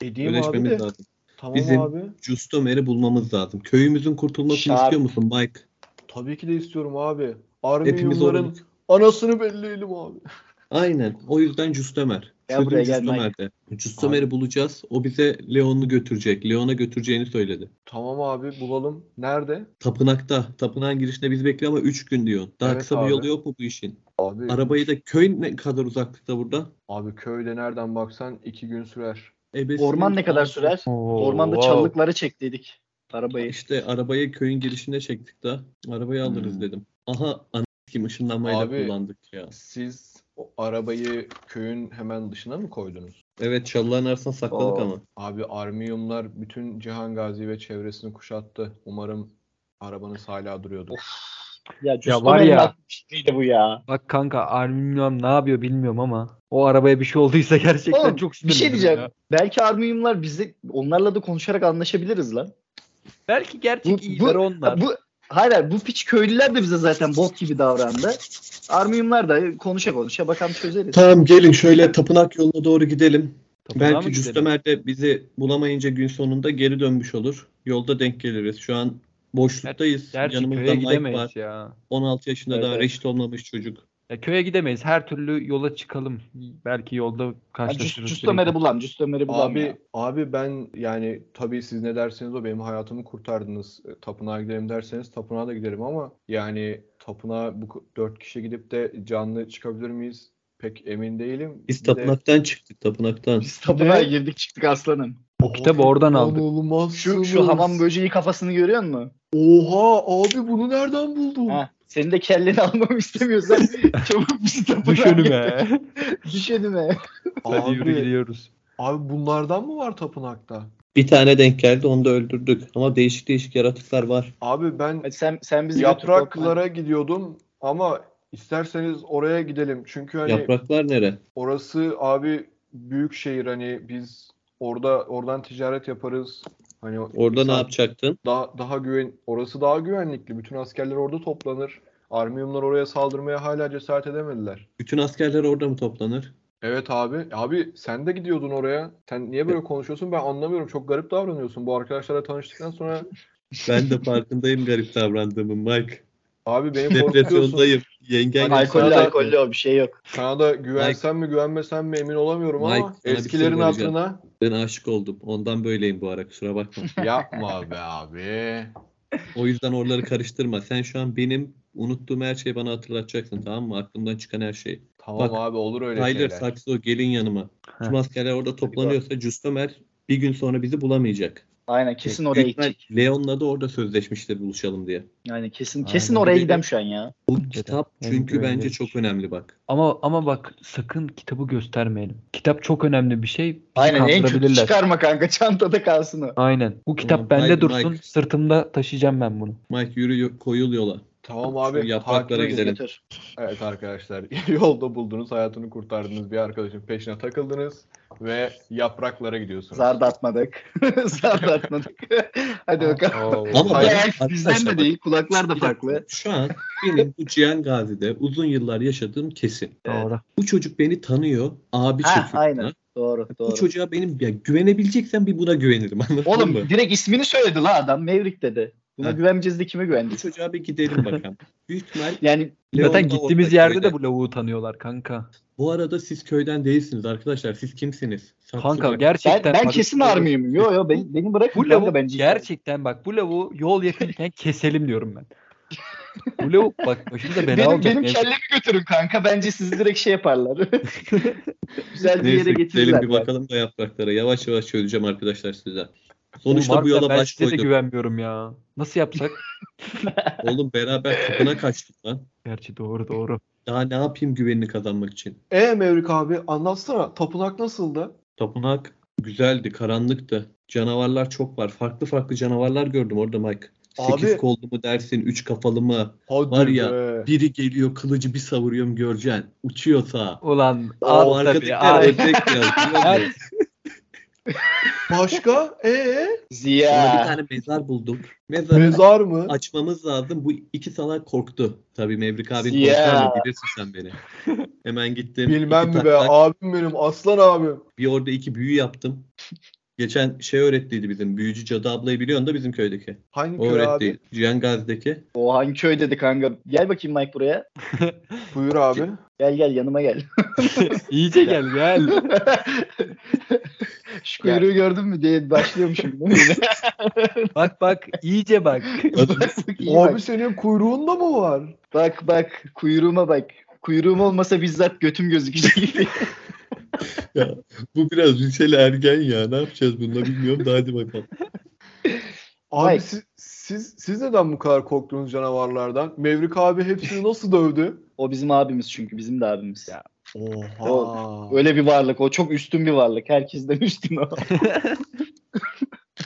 Speaker 1: Edeyim abi de.
Speaker 2: Birleşmemiz lazım.
Speaker 1: Tamam
Speaker 2: Bizim-
Speaker 1: abi.
Speaker 2: Customer'i bulmamız lazım. Köyümüzün kurtulmasını
Speaker 4: Şart.
Speaker 2: istiyor musun Mike?
Speaker 1: Tabii ki de istiyorum abi.
Speaker 2: Hepimiz
Speaker 1: Armiyumların
Speaker 2: orada.
Speaker 1: anasını belleyelim abi.
Speaker 2: Aynen. O yüzden Customer.
Speaker 4: Gel
Speaker 2: Çözüm
Speaker 4: buraya, gel
Speaker 2: Customer'de. Customer'i bulacağız. O bize Leon'u götürecek. Leon'a götüreceğini söyledi.
Speaker 1: Tamam abi bulalım. Nerede?
Speaker 2: Tapınakta. Tapınağın girişinde bizi bekliyor ama 3 gün diyor. Daha
Speaker 1: Evet
Speaker 2: kısa
Speaker 1: abi.
Speaker 2: bir yolu yok mu bu işin?
Speaker 1: Abi
Speaker 2: Arabayı da köy ne kadar uzaklıkta burada?
Speaker 1: abi köyde nereden baksan iki gün sürer.
Speaker 2: Ebesi-
Speaker 4: Orman ne kadar sürer?
Speaker 3: Oo,
Speaker 4: Ormanda
Speaker 3: wow.
Speaker 4: çalılıkları çektiydik. Arabayı.
Speaker 2: İşte arabayı köyün girişinde çektik da arabayı alırız
Speaker 4: Hmm.
Speaker 2: dedim. Aha an kim ışınlanmayla
Speaker 1: Abi.
Speaker 2: kullandık ya.
Speaker 1: Siz o arabayı köyün hemen dışına mı koydunuz?
Speaker 2: Evet çalıların arasına sakladık
Speaker 4: Aa.
Speaker 2: ama.
Speaker 1: Abi Armiyumlar bütün Cihan Gazi ve çevresini kuşattı. Umarım arabanız hala duruyordur.
Speaker 4: Ya,
Speaker 3: Ya
Speaker 4: var
Speaker 3: var ya.
Speaker 4: ya. Fikriydi bu ya.
Speaker 3: Bak kanka Arminyom ne yapıyor bilmiyorum ama o arabaya bir şey olduysa gerçekten
Speaker 4: Oğlum,
Speaker 3: çok
Speaker 4: Bir şey
Speaker 3: sinirlenirim
Speaker 4: diyeceğim.
Speaker 3: ya.
Speaker 4: Belki Armiyumlar bizi onlarla da konuşarak anlaşabiliriz lan.
Speaker 3: Belki gerçek
Speaker 4: Bu-
Speaker 3: iyiler
Speaker 4: bu-
Speaker 3: onlar.
Speaker 4: Ya bu hayır hayır, bu piç köylüler de bize zaten bot gibi davrandı. Armiyumlar da konuşa konuşa bakalım çözeriz.
Speaker 2: Tamam gelin şöyle tapınak yoluna doğru gidelim.
Speaker 3: Tapınağa mı
Speaker 2: Belki
Speaker 3: gidelim?
Speaker 2: Customer de bizi bulamayınca gün sonunda geri dönmüş olur. Yolda denk geliriz. Şu an boşluktayız.
Speaker 3: Gerçi
Speaker 2: Yanımızda
Speaker 3: köye
Speaker 2: Mike
Speaker 3: gidemeyiz
Speaker 2: var.
Speaker 3: ya.
Speaker 2: 16 yaşında
Speaker 4: Evet,
Speaker 2: daha
Speaker 4: evet.
Speaker 2: reşit olmamış çocuk.
Speaker 3: ya. Köye gidemeyiz. Her türlü yola çıkalım. Belki yolda
Speaker 4: Yani
Speaker 3: karşılaşırız.
Speaker 4: Cüst Ömer'i bulam, Cüst Ömer'i bulam.
Speaker 1: Abi
Speaker 4: ya.
Speaker 1: abi ben yani tabii siz ne derseniz o benim hayatımı kurtardınız. E, Tapınağa gidelim derseniz tapınağa da giderim ama yani tapınağa bu ku- dört kişi gidip de canlı çıkabilir miyiz? Pek emin değilim.
Speaker 2: Biz
Speaker 1: Bir de-
Speaker 2: tapınaktan çıktık tapınaktan.
Speaker 4: Biz tapınağa
Speaker 1: Ne?
Speaker 4: girdik çıktık aslanım.
Speaker 3: O kitabı oradan aldık.
Speaker 1: Olmaz.
Speaker 4: Şu, şu hamam böceği kafasını görüyor musun?
Speaker 1: Oha abi bunu nereden buldun?
Speaker 4: Ha, senin de kelleni almamı istemiyorsan çabuk bizi tapınağa
Speaker 3: Düş önüme.
Speaker 4: git. Düş önüme.
Speaker 3: Hadi yürü
Speaker 1: Abi,
Speaker 3: gidiyoruz.
Speaker 1: abi bunlardan mı var tapınakta?
Speaker 2: Bir tane denk geldi onu da öldürdük. Ama değişik değişik yaratıklar var.
Speaker 1: Abi ben
Speaker 4: Hadi sen, sen bizi götür, korkma.
Speaker 1: yapraklara gidiyordum ama isterseniz oraya gidelim. Çünkü hani
Speaker 2: Yapraklar nere?
Speaker 1: orası abi büyük şehir hani biz orada oradan ticaret yaparız. Hani
Speaker 2: Orada ne
Speaker 1: insan-
Speaker 2: yapacaktın?
Speaker 1: Daha, daha güven orası daha güvenlikli. Bütün askerler orada toplanır. Armiyumlar oraya saldırmaya hala cesaret edemediler.
Speaker 2: Bütün askerler orada mı toplanır?
Speaker 1: Evet abi. Abi sen de gidiyordun oraya. Sen niye böyle konuşuyorsun? Ben anlamıyorum. Çok garip davranıyorsun. Bu arkadaşlarla tanıştıktan sonra
Speaker 2: Ben de farkındayım garip davrandığımın Mike.
Speaker 1: abi beni korkutuyorsun.
Speaker 2: Depresyondayım. Yengen
Speaker 4: Alkollü
Speaker 1: Sana-
Speaker 4: alkollü o bir şey yok.
Speaker 1: Sana da güvensem mi güvenmesem mi emin olamıyorum ama
Speaker 2: Mike, sana bir şey
Speaker 1: eskilerin
Speaker 2: soru vereceğim.
Speaker 1: hatırına
Speaker 2: Ben aşık oldum. Ondan böyleyim bu ara kusura bakma.
Speaker 1: yapma be abi.
Speaker 2: O yüzden oraları karıştırma. Sen şu an benim unuttuğum her şeyi bana hatırlatacaksın tamam mı? Aklımdan çıkan her şeyi.
Speaker 1: Tamam
Speaker 2: Bak,
Speaker 1: abi olur öyle
Speaker 2: Tyler
Speaker 1: şeyler.
Speaker 2: Saxo gelin yanıma. Tüm
Speaker 3: Heh.
Speaker 2: askerler orada toplanıyorsa Customer bir gün sonra bizi bulamayacak.
Speaker 4: Aynen kesin oraya
Speaker 2: Büyük ihtimal
Speaker 4: gidecek.
Speaker 2: Leon'la da orada sözleşmiştir buluşalım diye.
Speaker 4: Yani kesin kesin
Speaker 3: Aynen.
Speaker 4: oraya gidem şu an ya.
Speaker 2: Bu
Speaker 3: Bence de.
Speaker 2: kitap
Speaker 3: Bence
Speaker 2: çünkü
Speaker 3: öyle.
Speaker 2: bence çok önemli bak.
Speaker 3: Ama ama bak sakın kitabı göstermeyelim. Kitap çok önemli bir şey. Bizi
Speaker 4: Aynen en kötü
Speaker 3: kandırabilirler.
Speaker 4: çıkarma kanka çantada kalsın o.
Speaker 3: Aynen. Bu kitap
Speaker 2: Tamam,
Speaker 3: bende
Speaker 2: haydi
Speaker 3: dursun.
Speaker 2: Mike.
Speaker 3: Sırtımda taşıyacağım ben bunu.
Speaker 2: Mike yürü yo- koyul yola.
Speaker 1: Tamam
Speaker 2: Şu
Speaker 1: abi
Speaker 2: yapraklara
Speaker 1: takip edin.
Speaker 2: gidelim.
Speaker 4: Götür.
Speaker 1: Evet arkadaşlar yolda buldunuz hayatını kurtardınız bir arkadaşın peşine takıldınız ve yapraklara gidiyorsunuz.
Speaker 4: Zar da atmadık. Zar da atmadık. Hadi bakalım.
Speaker 2: Ama
Speaker 1: Hayır,
Speaker 2: ben-
Speaker 4: Hayır, bizden
Speaker 2: arkadaşlar
Speaker 4: de
Speaker 2: bak,
Speaker 4: değil. Kulaklar da
Speaker 2: bir dakika.
Speaker 4: farklı.
Speaker 2: Şu an benim bu Cihan Gazi'de uzun yıllar yaşadığım kesin.
Speaker 4: Evet.
Speaker 3: Doğru.
Speaker 2: Bu çocuk beni tanıyor. Abi
Speaker 4: Ha,
Speaker 2: çekiyor.
Speaker 4: aynen.
Speaker 2: bana.
Speaker 4: Doğru
Speaker 2: Bu
Speaker 4: doğru.
Speaker 2: çocuğa benim ya güvenebileceksen bir buna güvenirim anladın
Speaker 4: Oğlum
Speaker 2: mı?
Speaker 4: direkt ismini söyledi la adam. Mevrik dedi. Buna
Speaker 2: Heh.
Speaker 4: güvenmeyeceğiz de kime
Speaker 2: Bu
Speaker 4: güveneceğiz?
Speaker 2: çocuğa bir gidelim bakalım. Büyük ihtimal
Speaker 4: Yani
Speaker 3: Zaten
Speaker 2: Leon'da
Speaker 3: gittiğimiz
Speaker 2: orada
Speaker 3: yerde
Speaker 2: köyde.
Speaker 3: de bu lavuğu tanıyorlar kanka.
Speaker 2: Bu arada siz köyden değilsiniz arkadaşlar. Siz kimsiniz? Saksı
Speaker 3: Kanka
Speaker 2: bak-
Speaker 4: ben,
Speaker 3: gerçekten.
Speaker 4: ben
Speaker 3: bak-
Speaker 4: kesin armıyım. Yo yo beni, beni bırakın.
Speaker 3: Bu
Speaker 4: ben de
Speaker 3: lavuğu
Speaker 4: bence
Speaker 3: gerçekten bak bu lavuğu yol yakınken keselim diyorum ben. Bu lavuk bak başımıza bela
Speaker 4: benim,
Speaker 3: olacak.
Speaker 4: benim
Speaker 3: neyse.
Speaker 4: kellemi götürün kanka. Bence siz direkt şey yaparlar. Güzel bir
Speaker 2: Neyse
Speaker 4: yere
Speaker 2: gidelim
Speaker 4: getirirler.
Speaker 2: bir
Speaker 4: yani.
Speaker 2: bakalım da yapraklara. Yavaş yavaş çözeceğim arkadaşlar size.
Speaker 3: Oğlum
Speaker 2: Sonuçta bu
Speaker 3: harbiden
Speaker 2: yola
Speaker 3: ben
Speaker 2: baş
Speaker 3: size de
Speaker 2: koyduk.
Speaker 3: güvenmiyorum ya. Nasıl yapsak?
Speaker 2: Oğlum beraber kapına kaçtık lan.
Speaker 3: Gerçi doğru doğru.
Speaker 2: Daha ne yapayım güvenini kazanmak için?
Speaker 1: E Mevrik abi anlatsana tapınak nasıldı?
Speaker 2: Tapınak güzeldi, karanlıktı. Canavarlar çok var. Farklı farklı canavarlar gördüm orada Mike.
Speaker 1: Abi-
Speaker 2: Sekiz kollu mu dersin, üç kafalı mı?
Speaker 1: Hadi
Speaker 2: Var ya,
Speaker 1: be.
Speaker 2: Biri geliyor kılıcı bir savuruyorum göreceksin. Uçuyor sağa.
Speaker 3: Ulan
Speaker 2: O
Speaker 3: al tabii.
Speaker 2: arkadakiler
Speaker 3: al.
Speaker 2: ölecek biraz. tamam mı?
Speaker 3: Her-
Speaker 1: Başka? E
Speaker 2: Sonra bir
Speaker 4: Ziya.
Speaker 2: tane mezar bulduk. Mezarı
Speaker 1: mezar mı?
Speaker 2: açmamız lazım. Bu iki salak korktu. Tabii Mevrik abi
Speaker 4: Ya.
Speaker 2: korkar mı bilirsin sen beni. Hemen gittim.
Speaker 1: Bilmem
Speaker 2: İki
Speaker 1: mi be
Speaker 2: taklak.
Speaker 1: abim benim aslan abim.
Speaker 2: Bir orada iki büyü yaptım. Geçen şey öğrettiydi bizim. Büyücü cadı ablayı biliyorsun da bizim köydeki.
Speaker 1: Hangi
Speaker 2: O
Speaker 1: köy abi?
Speaker 2: öğretti. Cihan Gazi'deki.
Speaker 4: O hangi köy dedi kanka? Gel bakayım Mike buraya.
Speaker 1: Buyur abi.
Speaker 4: Gel gel yanıma gel.
Speaker 3: İyice gel gel.
Speaker 4: Şu kuyruğu gördün mü diye başlıyormuşum. değil mi?
Speaker 3: Bak bak iyice bak.
Speaker 4: İyi bak.
Speaker 1: Abi senin kuyruğunda mı var?
Speaker 4: Bak bak kuyruğuma bak. Kuyruğum olmasa bizzat götüm gözükecek.
Speaker 2: Bu biraz liseli ergen ya. Ne yapacağız bununla bilmiyorum da hadi bakalım.
Speaker 1: Abi
Speaker 4: Hayır.
Speaker 1: siz, siz siz neden bu kadar korktunuz canavarlardan? Mevrik abi hepsini nasıl dövdü?
Speaker 4: o bizim abimiz çünkü bizim de abimiz.
Speaker 3: Ya.
Speaker 1: Oha.
Speaker 4: Öyle bir varlık o çok üstün bir varlık. Herkesten üstün o.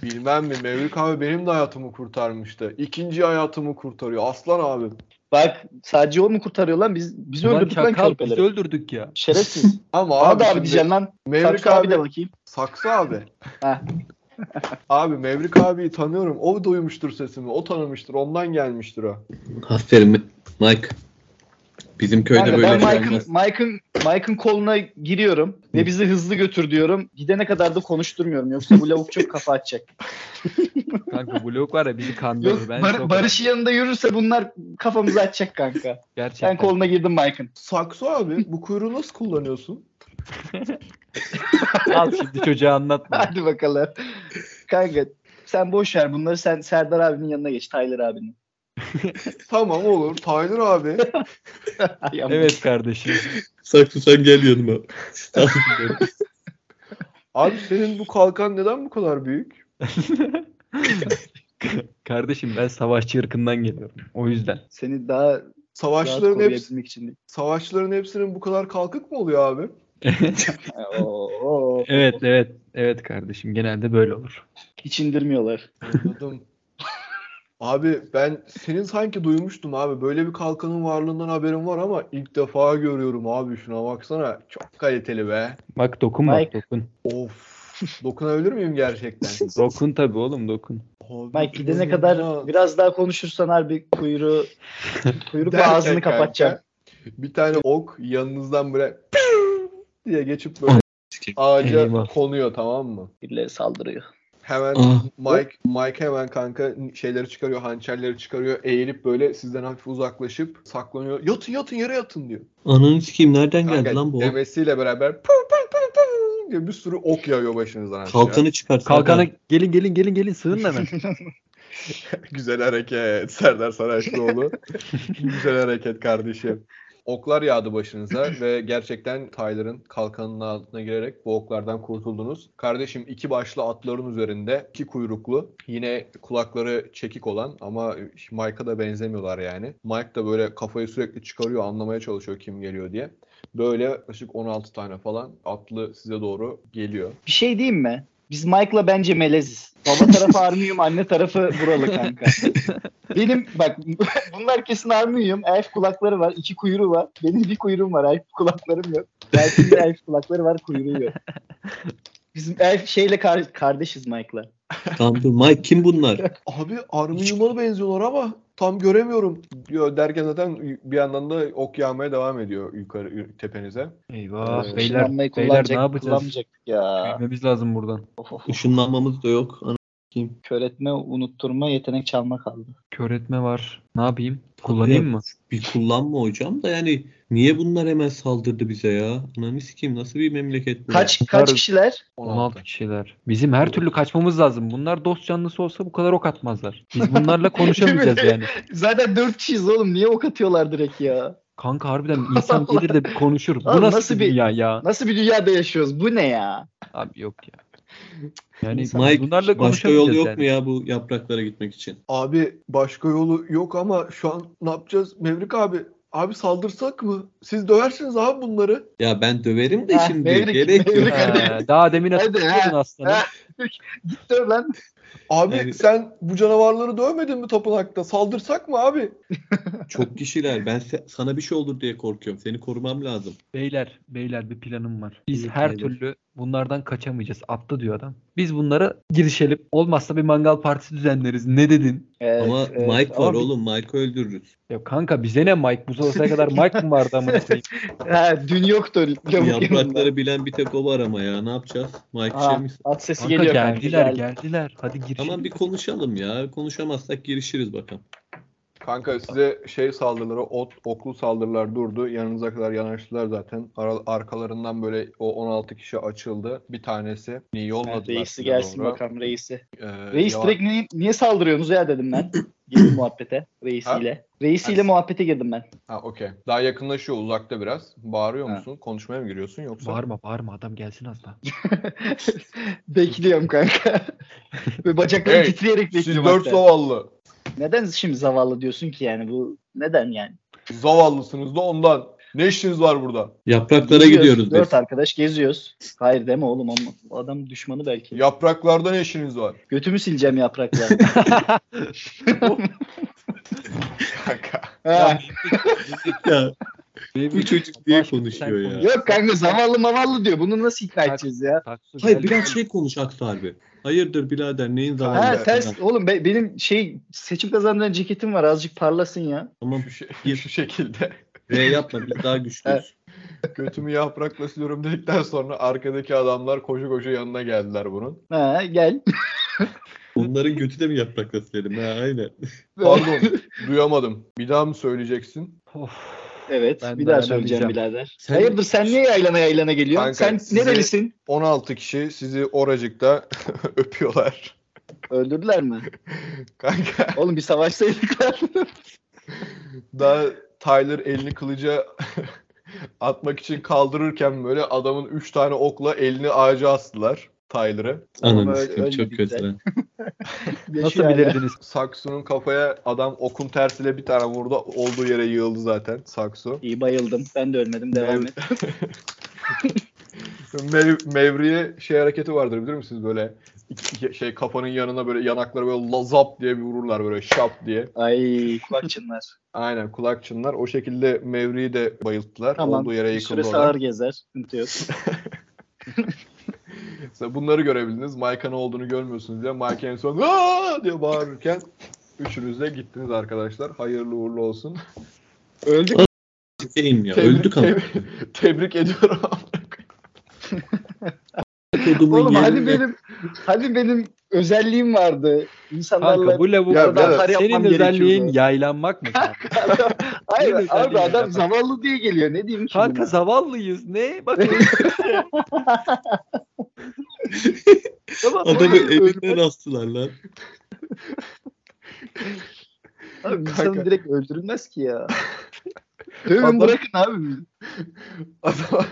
Speaker 1: Bilmem mi Mevrik abi benim de hayatımı kurtarmıştı. İkinci hayatımı kurtarıyor. Aslan abim.
Speaker 4: Bak sadece o mu kurtarıyor lan? Biz, biz
Speaker 3: Ulan
Speaker 4: öldürdük lan
Speaker 3: çakal biz
Speaker 4: körpeleri.
Speaker 3: öldürdük ya.
Speaker 4: Şerefsiz.
Speaker 1: Ama
Speaker 4: Bana da abi
Speaker 1: şimdi
Speaker 4: diyeceksin lan.
Speaker 1: Mevrik
Speaker 4: Saksı
Speaker 1: abi,
Speaker 4: abi de bakayım.
Speaker 1: saksı abi.
Speaker 4: Heh.
Speaker 1: abi Mevrik abiyi tanıyorum. O duymuştur sesimi. O tanımıştır. Ondan gelmiştir o.
Speaker 2: Aferin Mike. Bizim köyde
Speaker 4: Kanka,
Speaker 2: böyle
Speaker 4: ben
Speaker 2: şey
Speaker 4: Mike'ın
Speaker 2: olmaz.
Speaker 4: Mike'ın Mike'ın koluna giriyorum ve bizi hızlı götür diyorum. Gidene kadar da konuşturmuyorum yoksa bu lavuk çok kafa açacak.
Speaker 3: Kanka bu lavuk var ya bizi kandırır.
Speaker 4: Yok,
Speaker 3: Ben
Speaker 4: Bar-
Speaker 3: şok
Speaker 4: Barış'ın yanında yürürse bunlar kafamızı açacak kanka.
Speaker 3: Gerçekten.
Speaker 4: Ben koluna girdim Mike'ın.
Speaker 1: Saksı abi bu kuyruğu nasıl kullanıyorsun?
Speaker 3: Al şimdi çocuğa anlatma.
Speaker 4: Hadi bakalım. Kanka sen boş ver bunları sen Serdar abinin yanına geç Tyler abinin.
Speaker 1: Tamam olur. Tyler abi.
Speaker 4: Ay, ama-
Speaker 3: Evet kardeşim.
Speaker 2: Saksı sen gel yanıma.
Speaker 1: Abi senin bu kalkan neden bu kadar büyük?
Speaker 3: kardeşim ben savaşçı ırkından geliyorum. O yüzden.
Speaker 4: Seni daha rahat
Speaker 1: Savaşçıların hepsi,
Speaker 4: koruyabilmek için değil.
Speaker 1: savaşçıların hepsinin bu kadar kalkık mı oluyor abi?
Speaker 4: Ay, oo, oo.
Speaker 3: Evet evet. Evet kardeşim genelde böyle olur.
Speaker 4: Hiç indirmiyorlar.
Speaker 1: Anladım. Abi ben senin sanki duymuştum abi. Böyle bir kalkanın varlığından haberim var ama ilk defa görüyorum abi. Şuna baksana. Çok kaliteli be.
Speaker 3: Bak dokunma
Speaker 4: Mike.
Speaker 3: dokun.
Speaker 1: Of. Dokunabilir miyim gerçekten?
Speaker 3: Dokun tabii oğlum dokun.
Speaker 1: Abi
Speaker 4: Mike gidene
Speaker 1: inanılmaz.
Speaker 4: kadar biraz daha konuşursan harbi kuyruğu kuyruk ve
Speaker 1: Derken
Speaker 4: ağzını
Speaker 1: kanka,
Speaker 4: kapatacağım.
Speaker 1: Bir tane ok yanınızdan böyle diye geçip böyle ağaca
Speaker 3: Eyvah.
Speaker 1: konuyor tamam mı?
Speaker 4: Birileri saldırıyor.
Speaker 1: Hemen
Speaker 2: Ah.
Speaker 1: Mike Mike hemen kanka şeyleri çıkarıyor, hançerleri çıkarıyor. Eğilip böyle sizden hafif uzaklaşıp saklanıyor. Yatın yatın yere yatın diyor.
Speaker 2: Ananı sikeyim nereden geldi
Speaker 1: Kanka
Speaker 2: lan bu? ok?
Speaker 1: demesiyle beraber pum pum pum pum diye bir sürü ok yağıyor başınızdan aşağı.
Speaker 2: Kalkanı çıkart.
Speaker 3: Kalkana gelin gelin gelin gelin sığın hemen.
Speaker 1: Güzel hareket Serdar Saraçlıoğlu. Güzel hareket kardeşim. Oklar yağdı başınıza ve gerçekten Tyler'ın kalkanının altına girerek bu oklardan kurtuldunuz. Kardeşim iki başlı atların üzerinde iki kuyruklu yine kulakları çekik olan ama Mike'a da benzemiyorlar yani. Mike da böyle kafayı sürekli çıkarıyor anlamaya çalışıyor kim geliyor diye. Böyle yaklaşık 16 tane falan atlı size doğru geliyor.
Speaker 4: Bir şey diyeyim mi? Biz Mike'la bence meleziz. Baba tarafı Armiyum, anne tarafı buralı kanka. Benim bak bunlar kesin Armiyum. Elf kulakları var, iki kuyruğu var. Benim bir kuyruğum var, elf kulaklarım yok. Belki de elf kulakları var, kuyruğu yok. Bizim elf şeyle kar- kardeşiz Mike'la.
Speaker 2: Tamam dur Mike kim bunlar?
Speaker 1: Abi Army Yumalı benziyorlar ama tam göremiyorum diyor derken zaten bir yandan da ok yağmaya devam ediyor yukarı y- tepenize.
Speaker 3: Eyvah
Speaker 1: Ee,
Speaker 3: beyler,
Speaker 4: Işınlanmayı
Speaker 3: beyler ne yapacağız?
Speaker 4: kullanmayacak ya.
Speaker 3: Bilmemiz lazım buradan.
Speaker 2: Işınlanmamız da yok. Kim?
Speaker 4: Kör etme, unutturma, yetenek çalma kaldı.
Speaker 3: Kör etme var. Ne yapayım? Kullanayım mı?
Speaker 2: Bir kullanma hocam da yani niye bunlar hemen saldırdı bize ya? Ananı sikeyim nasıl bir memleket bu?
Speaker 4: Kaç
Speaker 3: Var.
Speaker 4: kaç kişiler?
Speaker 1: 16.
Speaker 3: 16 kişiler. Bizim her türlü kaçmamız lazım. Bunlar dost canlısı olsa bu kadar ok atmazlar. Biz bunlarla konuşamayacağız yani.
Speaker 4: Zaten 4 kişiyiz oğlum. Niye ok atıyorlar direkt ya?
Speaker 3: Kanka harbiden insan gelir de bir konuşur. Bu
Speaker 4: Abi
Speaker 3: nasıl,
Speaker 4: nasıl
Speaker 3: bir
Speaker 4: bir-
Speaker 3: dünya ya?
Speaker 4: Nasıl bir dünyada yaşıyoruz? Bu ne ya?
Speaker 3: Abi yok ya. Yani
Speaker 4: Mike,
Speaker 2: Mike,
Speaker 3: bunlarla
Speaker 2: başka yol
Speaker 3: konuşamayacağız
Speaker 2: yok
Speaker 3: yani.
Speaker 2: mu ya bu yapraklara gitmek için?
Speaker 1: Abi başka yolu yok ama şu an ne yapacağız? Mevrik abi. Abi saldırsak mı? Siz döversiniz abi bunları.
Speaker 2: Ya ben döverim de
Speaker 4: Ha,
Speaker 2: şimdi
Speaker 4: Mevlüt,
Speaker 2: gerek yok.
Speaker 4: Mevlüt.
Speaker 3: Ee, daha demin
Speaker 4: Hadi
Speaker 3: hatırlıyordun
Speaker 4: ha,
Speaker 3: aslanım.
Speaker 4: ha. Git dön lan.
Speaker 1: Abi
Speaker 2: Yani-
Speaker 1: sen bu canavarları dövmedin mi tapınakta? Saldırsak mı abi?
Speaker 2: Çok kişiler. Ben se- sana bir şey olur diye korkuyorum. Seni korumam lazım.
Speaker 3: Beyler, beyler bir planım var. Biz
Speaker 2: İyi,
Speaker 3: her
Speaker 2: hayırdır.
Speaker 3: türlü bunlardan kaçamayacağız. Aptı diyor adam. Biz bunlara girişelim. Olmazsa bir mangal partisi düzenleriz. Ne dedin?
Speaker 4: Evet,
Speaker 2: ama
Speaker 4: evet.
Speaker 2: Mike
Speaker 4: Ama
Speaker 2: var
Speaker 4: bir-
Speaker 2: oğlum. Mike'ı öldürürüz.
Speaker 3: Ya kanka bize ne Mike? Bu zamana kadar Mike mı vardı amına koyayım?
Speaker 4: He, dün yoktu. öyle
Speaker 2: Bu
Speaker 4: lavuk yanında.
Speaker 2: yaprakları bilen bir tek o var ama ya. Ne yapacağız? Mike
Speaker 4: Aa,
Speaker 2: şey mi-
Speaker 4: At sesi
Speaker 3: Kanka
Speaker 4: geliyor kanka.
Speaker 3: geldiler,
Speaker 4: geldi.
Speaker 3: geldiler. Hadi girişelim.
Speaker 2: Tamam bir konuşalım ya. Konuşamazsak girişiriz bakalım.
Speaker 1: Kanka size şey saldırıları, ot, oklu saldırılar durdu. Yanınıza kadar yanaştılar zaten. Ara- arkalarından böyle o 16 kişi açıldı. Bir tanesi niye yolladılar
Speaker 4: Reisi
Speaker 1: size
Speaker 4: gelsin
Speaker 1: doğru.
Speaker 4: bakalım reisi.
Speaker 1: Ee,
Speaker 4: Reis
Speaker 1: yavaş-
Speaker 4: direkt niye, niye saldırıyorsunuz ya dedim ben. Girdim muhabbete reisiyle. Reisiyle
Speaker 1: Ha.
Speaker 4: muhabbete girdim ben.
Speaker 1: Ha okey. Daha yakınlaşıyor uzakta biraz. Bağırıyor
Speaker 4: Ha.
Speaker 1: musun? Konuşmaya mı giriyorsun yoksa?
Speaker 3: Bağırma bağırma adam gelsin az daha.
Speaker 4: Bekliyorum kanka. Ve bacaklarım
Speaker 1: Hey,
Speaker 4: titreyerek
Speaker 1: Siz
Speaker 4: bekliyorum.
Speaker 1: dört
Speaker 4: hatta.
Speaker 1: zavallı.
Speaker 4: Neden şimdi zavallı diyorsun ki yani bu neden yani?
Speaker 1: Zavallısınız da ondan. Ne işiniz var burada?
Speaker 2: Yapraklara
Speaker 4: Geziyoruz,
Speaker 2: gidiyoruz
Speaker 4: Dört
Speaker 2: biz.
Speaker 4: arkadaş geziyoruz. Hayır deme oğlum onun- o adam düşmanı belki.
Speaker 1: Yapraklarda ne işiniz var?
Speaker 4: Götümü sileceğim yaprakla.
Speaker 1: Kanka.
Speaker 4: Ha,
Speaker 2: Ya, bu çocuk diye
Speaker 3: Başka bir şey
Speaker 2: konuşuyor
Speaker 3: tane
Speaker 2: ya.
Speaker 3: konuş.
Speaker 4: Yok kanka zavallı mavallı diyor. Bunu nasıl ikna edeceğiz ya?
Speaker 3: Taksu
Speaker 2: Hayır
Speaker 3: geldi.
Speaker 2: biraz şey konuş Aksu harbi. Hayırdır birader neyin zamanı?
Speaker 4: Ha
Speaker 1: Aynen.
Speaker 4: ters oğlum be- benim şey seçim kazandıran ceketim var azıcık parlasın ya.
Speaker 2: Tamam
Speaker 1: Şu, şey- şu şekilde.
Speaker 2: R yapma biz daha güçlüyüz.
Speaker 1: Götümü yaprakla siliyorum dedikten sonra arkadaki adamlar koşu koşu yanına geldiler bunun.
Speaker 4: Ha gel.
Speaker 2: Onların götü de mi yaprakla silelim? Ha aynen.
Speaker 1: Pardon duyamadım. Bir daha mı söyleyeceksin?
Speaker 3: Of.
Speaker 4: evet
Speaker 3: Ben
Speaker 4: bir daha
Speaker 3: dayanamayacağım.
Speaker 4: söyleyeceğim birader.
Speaker 2: Sen-
Speaker 4: Hayırdır sen niye yaylana yaylana geliyorsun?
Speaker 1: Kanka,
Speaker 4: sen
Speaker 1: size-
Speaker 4: nerelisin?
Speaker 1: 16 kişi sizi oracıkta öpüyorlar.
Speaker 4: Öldürdüler mi?
Speaker 1: Kanka
Speaker 4: Oğlum bir savaşsaydık lan.
Speaker 1: daha Tyler elini kılıca atmak için kaldırırken böyle adamın 3 tane okla elini ağaca astılar Tyler'ı.
Speaker 2: Ananı
Speaker 4: Öyle-
Speaker 2: sikeyim
Speaker 4: öyle
Speaker 2: çok kötü.
Speaker 4: güzel.
Speaker 2: lan.
Speaker 3: Nasıl
Speaker 4: Yaşıyor hala.
Speaker 3: bilirdiniz?
Speaker 1: Saksu'nun kafaya adam okun tersiyle bir tane vurdu. Olduğu yere yığıldı zaten Saksu.
Speaker 4: İyi bayıldım. Ben de ölmedim. Devam
Speaker 1: Mev-
Speaker 4: et.
Speaker 1: Mev- Mevriye şey hareketi vardır bilir misiniz böyle iki- iki- şey kafanın yanına böyle yanakları böyle lazap diye bir vururlar böyle şap diye.
Speaker 4: Ay kulak çınlar.
Speaker 1: Aynen kulak çınlar. O şekilde Mevri'yi de bayılttılar.
Speaker 4: Tamam.
Speaker 1: Olduğu yere
Speaker 4: Bir süre
Speaker 1: yıkıldı.
Speaker 4: sağır
Speaker 1: olan.
Speaker 4: gezer. Sıkıntı yok.
Speaker 1: Mesela bunları görebildiniz. Mike'a ne olduğunu görmüyorsunuz diye. Mike en son "Aa!" diye bağırırken üçünüz de gittiniz arkadaşlar. Hayırlı uğurlu olsun.
Speaker 4: Öldük.
Speaker 2: Sikeyim ya
Speaker 1: Tebrik-
Speaker 2: öldük ama.
Speaker 1: tebrik- tebrik ediyorum.
Speaker 2: Kodumun
Speaker 4: Oğlum
Speaker 2: yerine-
Speaker 4: hani benim hani benim özelliğim vardı. İnsanlarla
Speaker 3: Kanka bu
Speaker 1: Ya,
Speaker 3: lavuklardan
Speaker 1: birader,
Speaker 3: senin
Speaker 4: yapmam
Speaker 3: özelliğin
Speaker 4: gerekiyordu.
Speaker 3: yaylanmak mı? kanka?
Speaker 4: Hayır
Speaker 3: Benim
Speaker 4: abi
Speaker 3: özelliğim
Speaker 4: adam
Speaker 3: ya.
Speaker 4: zavallı diye geliyor. Ne diyeyim ki
Speaker 3: Kanka
Speaker 4: buna?
Speaker 3: zavallıyız. Ne? Bak. tamam,
Speaker 2: Adamı
Speaker 4: Oğlum,
Speaker 2: evinden astılar lan.
Speaker 4: Abi
Speaker 1: Kanka.
Speaker 4: insanı direkt öldürülmez ki ya. Dövün bırakın abi.
Speaker 1: Adam-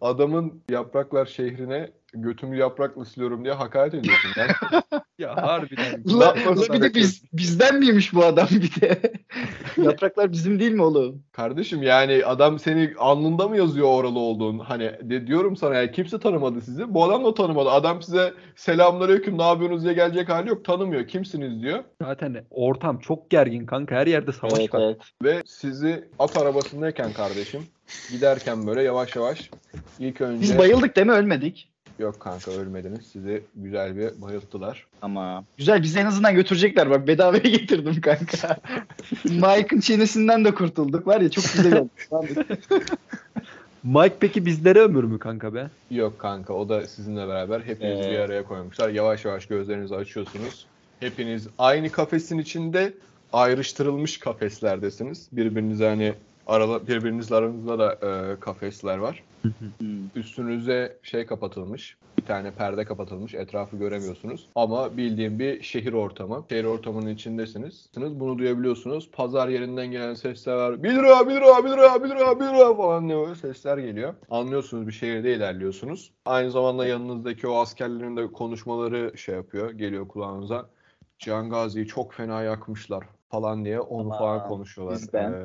Speaker 1: adamın yapraklar şehrine götümü yaprakla siliyorum diye hakaret ediyorsun. lan.
Speaker 3: Ya harbiden.
Speaker 4: La,
Speaker 1: Yapma
Speaker 4: la bir
Speaker 1: sana
Speaker 4: de biz, bizden miymiş bu adam bir de? Yapraklar bizim değil mi oğlum?
Speaker 1: Kardeşim yani adam seni alnında mı yazıyor oralı olduğun? Hani de diyorum sana yani kimse tanımadı sizi. Bu adam da tanımadı. Adam size selamünaleyküm ne yapıyorsunuz diye gelecek hali yok. Tanımıyor. Kimsiniz diyor.
Speaker 3: Zaten ortam çok gergin kanka. Her yerde savaş var.
Speaker 1: Ve sizi at arabasındayken kardeşim giderken böyle yavaş yavaş ilk önce
Speaker 4: Biz bayıldık değil mi? Ölmedik.
Speaker 1: yok kanka ölmediniz. Sizi güzel bir bayılttılar.
Speaker 4: Ama güzel bizi en azından götürecekler bak bedavaya getirdim kanka. Mike'ın çenesinden de kurtulduk var ya çok güzel oldu.
Speaker 3: Mike peki bizlere ömür mü kanka be?
Speaker 1: Yok kanka o da sizinle beraber hepinizi
Speaker 5: Ee.
Speaker 1: bir araya koymuşlar. Yavaş yavaş gözlerinizi açıyorsunuz. Hepiniz aynı kafesin içinde ayrıştırılmış kafeslerdesiniz. Birbirinize hani arala, birbirinizle aranızda da e, kafesler var. Üstünüze şey kapatılmış. Bir tane perde kapatılmış. Etrafı göremiyorsunuz. Ama bildiğim bir şehir ortamı. Şehir ortamının içindesiniz. Siz Bunu duyabiliyorsunuz. Pazar yerinden gelen sesler var. 1 lira, 1 lira, 1 lira, 1 lira, 1 lira falan diye böyle sesler geliyor. Anlıyorsunuz bir şehirde ilerliyorsunuz. Aynı zamanda yanınızdaki o askerlerin de konuşmaları şey yapıyor. Geliyor kulağınıza. Cihan Gazi'yi çok fena yakmışlar falan diye onu
Speaker 4: Aman,
Speaker 1: falan konuşuyorlar
Speaker 4: bizden.
Speaker 1: eee,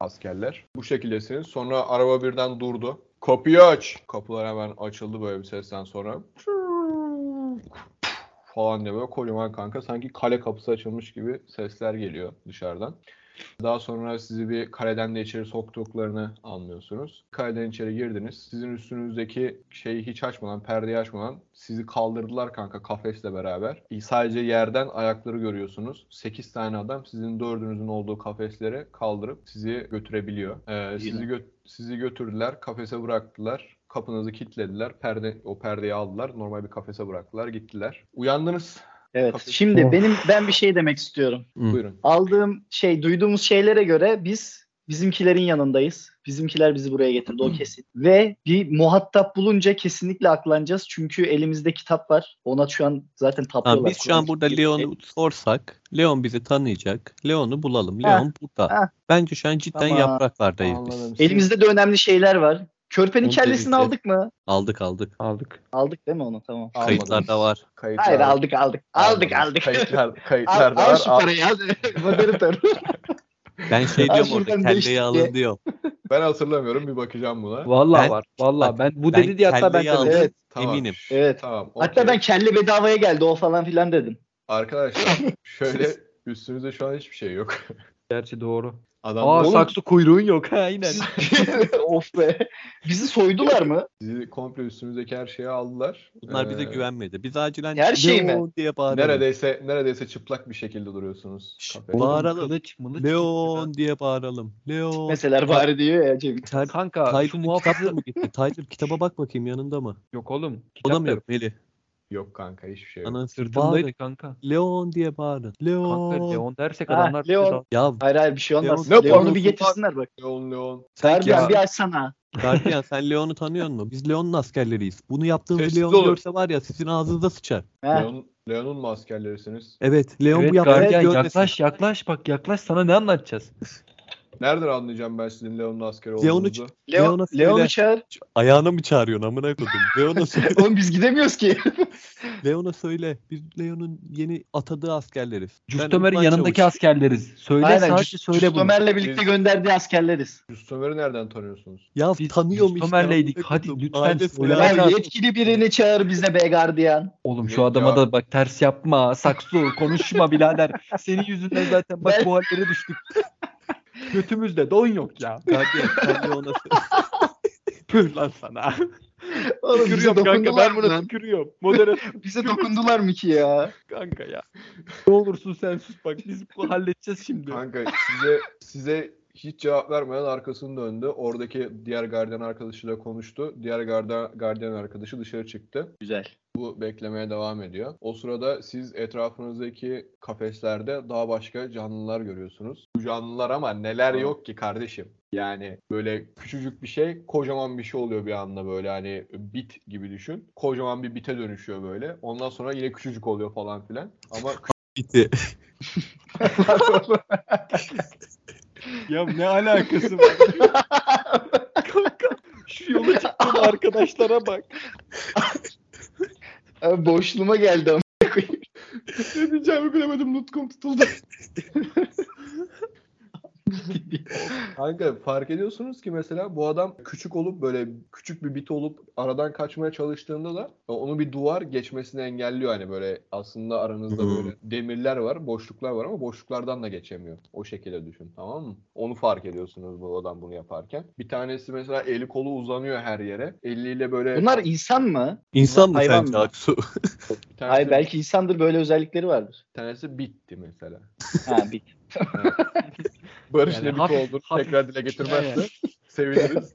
Speaker 1: askerler. Bu şekildesiniz. Sonra araba birden durdu. Kapıyı aç. Kapılar hemen açıldı böyle bir sesten sonra. Falan diye böyle kocaman kanka sanki kale kapısı açılmış gibi sesler geliyor dışarıdan. Daha sonra sizi bir kaleden de içeri soktuklarını anlıyorsunuz. Kaleden içeri girdiniz. Sizin üstünüzdeki şeyi hiç açmadan, perdeyi açmadan sizi kaldırdılar kanka kafesle beraber. E, Sadece yerden ayakları görüyorsunuz. 8 tane adam sizin dördünüzün olduğu kafesleri kaldırıp sizi götürebiliyor. Ee, sizi gö- sizi götürdüler, kafese bıraktılar. Kapınızı kilitlediler. Perde o perdeyi aldılar. Normal bir kafese bıraktılar, gittiler. Uyandınız.
Speaker 4: Evet.
Speaker 1: Kafes-
Speaker 4: Şimdi benim ben bir şey demek istiyorum.
Speaker 2: Hı.
Speaker 1: Buyurun.
Speaker 4: Aldığım şey, duyduğumuz şeylere göre biz bizimkilerin yanındayız. Bizimkiler bizi buraya getirdi o kesin. Ve bir muhatap bulunca kesinlikle aklanacağız. Çünkü elimizde kitap var. Ona şu an zaten
Speaker 6: Ha,
Speaker 4: tapıyorlar.
Speaker 6: biz şu an burada Leon'u sorsak, Leon bizi tanıyacak. Leon'u bulalım. Leon burada.
Speaker 4: heh.
Speaker 6: Bence şu an cidden
Speaker 4: Tamam.
Speaker 6: yapraklardayız biz.
Speaker 1: Anladım.
Speaker 4: Elimizde de önemli şeyler var. Körpenin
Speaker 6: Onu
Speaker 4: kellesini
Speaker 6: dedik de.
Speaker 4: aldık mı?
Speaker 6: Aldık aldık.
Speaker 3: Aldık.
Speaker 4: Aldık değil mi onu? Tamam.
Speaker 1: Almadım.
Speaker 6: Kayıtlarda var.
Speaker 1: Kayıtlar-
Speaker 4: Hayır aldık aldık. Aldık aldık.
Speaker 1: Kayıtlar,
Speaker 4: Al,
Speaker 1: kayıtlarda
Speaker 4: al
Speaker 1: var.
Speaker 4: şu
Speaker 1: Al-
Speaker 4: parayı al. Moderatör.
Speaker 6: Ben şey
Speaker 4: Al
Speaker 6: diyorum orada
Speaker 4: şuradan
Speaker 6: kelleyi
Speaker 4: beşlik
Speaker 6: alın
Speaker 4: diye.
Speaker 6: diyor.
Speaker 1: Ben hatırlamıyorum bir bakacağım buna.
Speaker 3: Vallahi
Speaker 6: Ben-
Speaker 3: var. Vallahi
Speaker 6: bak,
Speaker 3: ben bu
Speaker 6: ben
Speaker 3: dedi diye hatta ben
Speaker 6: kelleyi
Speaker 3: de
Speaker 6: aldım.
Speaker 4: Evet.
Speaker 1: Tamam.
Speaker 6: Eminim.
Speaker 4: Evet.
Speaker 1: Tamam.
Speaker 4: Hatta
Speaker 1: okey.
Speaker 4: ben kelle bedavaya geldi o falan filan dedim.
Speaker 1: Arkadaşlar şöyle üstünüzde şu an hiçbir şey yok.
Speaker 3: gerçi doğru.
Speaker 1: Adam
Speaker 3: Aa
Speaker 1: Oğlum,
Speaker 3: saksı kuyruğun yok ha aynen.
Speaker 4: of be. Bizi soydular mı?
Speaker 1: sizi komple üstünüzdeki her şeyi aldılar.
Speaker 6: Bunlar bize
Speaker 1: Ee,
Speaker 6: güvenmedi. Biz acilen
Speaker 4: Her şey mi?
Speaker 6: Leon diye bağıralım.
Speaker 1: Neredeyse neredeyse çıplak bir şekilde duruyorsunuz.
Speaker 6: Şşş,
Speaker 1: kafede.
Speaker 6: oğlum. Bağıralım.
Speaker 3: Kılıç mılıç.
Speaker 6: Leon diye bağıralım. Leon.
Speaker 4: Mesela bari diyor ya Cem.
Speaker 6: Ter-
Speaker 3: Kanka şu
Speaker 6: Tyler'ın kitapla
Speaker 3: muhafızı
Speaker 6: mı gitti? Tyler kitaba bak bakayım yanında mı?
Speaker 3: yok oğlum.
Speaker 6: O
Speaker 3: Kitap
Speaker 6: da
Speaker 3: da
Speaker 6: mı yok Melih?
Speaker 1: Yok kanka hiçbir şey yok.
Speaker 6: Ana
Speaker 3: Sırtındaydı kanka.
Speaker 6: Leon diye bağırın. Leon.
Speaker 3: Kanka Leon dersek
Speaker 4: Ha,
Speaker 3: adamlar bizi
Speaker 4: Leon.
Speaker 3: al-
Speaker 6: Ya
Speaker 4: Hayır hayır bir şey olmaz.
Speaker 1: Ne
Speaker 4: Leon'u bir
Speaker 1: yapıyorsun?
Speaker 4: getirsinler bak.
Speaker 1: Leon Leon.
Speaker 6: sen
Speaker 4: Serbiyan
Speaker 6: ya,
Speaker 4: bir açsana.
Speaker 6: Gardiyan sen Leon'u tanıyor musun? Biz Leon'un askerleriyiz. Bunu yaptığınız
Speaker 1: Sessiz
Speaker 6: Leon
Speaker 1: olun.
Speaker 6: görse var ya sizin ağzınıza sıçar.
Speaker 4: Ha.
Speaker 1: Leon Leon'un mu askerlerisiniz?
Speaker 6: Evet Leon
Speaker 3: Evet
Speaker 6: bu yaptığını
Speaker 3: gardiyan
Speaker 6: görmesin.
Speaker 3: yaklaş yaklaş bak yaklaş sana ne anlatacağız?
Speaker 1: Nereden anlayacağım ben sizin Leon'un askeri
Speaker 6: Leon'u
Speaker 1: olduğunuzu?
Speaker 4: Leon,
Speaker 6: Leon'a söyle.
Speaker 4: Leon'u çağır.
Speaker 6: Ayağına mı çağırıyorsun amına koydum? Leon'a söyle.
Speaker 4: Oğlum biz gidemiyoruz ki.
Speaker 6: Leon'a söyle. Biz Leon'un yeni atadığı askerleriz. Ben
Speaker 3: Cüstömer'in
Speaker 6: Osman
Speaker 3: yanındaki
Speaker 6: Çavuş.
Speaker 3: askerleriz. Söyle
Speaker 4: Aynen.
Speaker 3: sadece söyle bunu.
Speaker 4: Ömer'le birlikte gönderdiği askerleriz.
Speaker 1: Cüstömer'i nereden tanıyorsunuz?
Speaker 6: Ya
Speaker 3: Biz
Speaker 6: tanıyorum işte.
Speaker 3: Cüstömer'leydik.
Speaker 6: amına
Speaker 3: Hadi
Speaker 6: koydum.
Speaker 3: lütfen
Speaker 6: Ailesi
Speaker 3: söyle.
Speaker 6: beraber-
Speaker 3: Aynen.
Speaker 4: Yani yetkili birini çağır bize be gardiyan.
Speaker 3: Oğlum şu
Speaker 1: Ya-
Speaker 3: adama da bak ters yapma. Saksu konuşma birader. Senin yüzünden zaten bak
Speaker 4: Ben-
Speaker 3: bu hallere düştük. Götümüzde don yok ya.
Speaker 6: Gardiyan sen Leon'a söyle.
Speaker 3: Püh lan sana.
Speaker 4: Oğlum bize dokundular mı? lan?
Speaker 3: tükürüyorum. Moderatör
Speaker 4: Bize dokundular mı ki ya?
Speaker 3: kanka ya. Ne olursun sen sus bak biz bu halledeceğiz şimdi.
Speaker 1: Kanka size size hiç cevap vermeden arkasını döndü. Oradaki diğer gardiyan arkadaşıyla konuştu. Diğer garda, gardiyan arkadaşı dışarı çıktı.
Speaker 4: Güzel.
Speaker 1: Bu beklemeye devam ediyor. O sırada siz etrafınızdaki kafeslerde daha başka canlılar görüyorsunuz. Bu canlılar ama neler yok ki kardeşim. Yani böyle küçücük bir şey kocaman bir şey oluyor bir anda böyle hani bit gibi düşün. Kocaman bir bite dönüşüyor böyle. Ondan sonra yine küçücük oluyor falan filan. Ama
Speaker 6: Bitti.
Speaker 3: Ya ne alakası var? kanka şu yola çıktığın arkadaşlara bak.
Speaker 4: Abi boşluğuma geldi ama.
Speaker 1: ne diyeceğimi bilemedim nutkum tutuldu. Kanka fark ediyorsunuz ki mesela bu adam küçük olup böyle küçük bir bit olup aradan kaçmaya çalıştığında da onu bir duvar geçmesini engelliyor hani böyle aslında aranızda
Speaker 6: Hmm.
Speaker 1: böyle demirler var, boşluklar var ama boşluklardan da geçemiyor. O şekilde düşün tamam mı? Onu fark ediyorsunuz bu adam bunu yaparken. Bir tanesi mesela eli kolu uzanıyor her yere. Eliyle böyle
Speaker 4: Bunlar insan mı?
Speaker 6: İnsan mı
Speaker 4: Hayvan
Speaker 6: sence
Speaker 4: mı?
Speaker 6: Aksu?
Speaker 1: bir tanesi,
Speaker 4: Hayır belki insandır böyle özellikleri vardır.
Speaker 1: bir tanesi bitti mesela.
Speaker 4: Ha bir.
Speaker 1: Barış
Speaker 3: Yani
Speaker 1: yani Nebik
Speaker 3: hafif-
Speaker 1: olduğunu
Speaker 3: hafif.
Speaker 1: tekrar dile getirmezse seviniriz.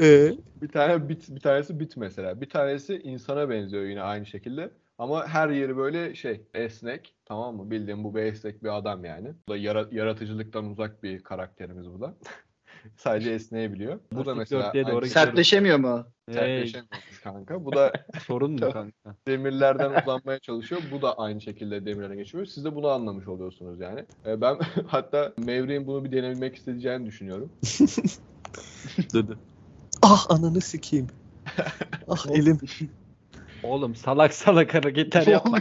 Speaker 2: Ee,
Speaker 1: Bir tane bit, bir tanesi bit mesela. Bir tanesi insana benziyor yine aynı şekilde. Ama her yeri böyle şey esnek tamam mı? Bildiğin bu bir esnek bir adam yani. Bu da yara- yaratıcılıktan uzak bir karakterimiz bu da. Sadece esneyebiliyor. Bu da
Speaker 2: Artık
Speaker 1: mesela
Speaker 2: dörtlüğe doğru
Speaker 1: aynı-
Speaker 2: gidiyoruz.
Speaker 4: Sertleşemiyor mu?
Speaker 2: hey,
Speaker 1: sertleşemiyoruz kanka. Bu da
Speaker 3: sorun mu kanka?
Speaker 1: demirlerden uzanmaya çalışıyor. Bu da aynı şekilde demirlere geçiyor. Siz de bunu anlamış oluyorsunuz yani. E, ben hatta Mevri'nin bunu bir denemek isteyeceğini düşünüyorum.
Speaker 2: dedi. Ah ananı sikeyim. Ah elim.
Speaker 3: Oğlum salak salak hareketler yapma.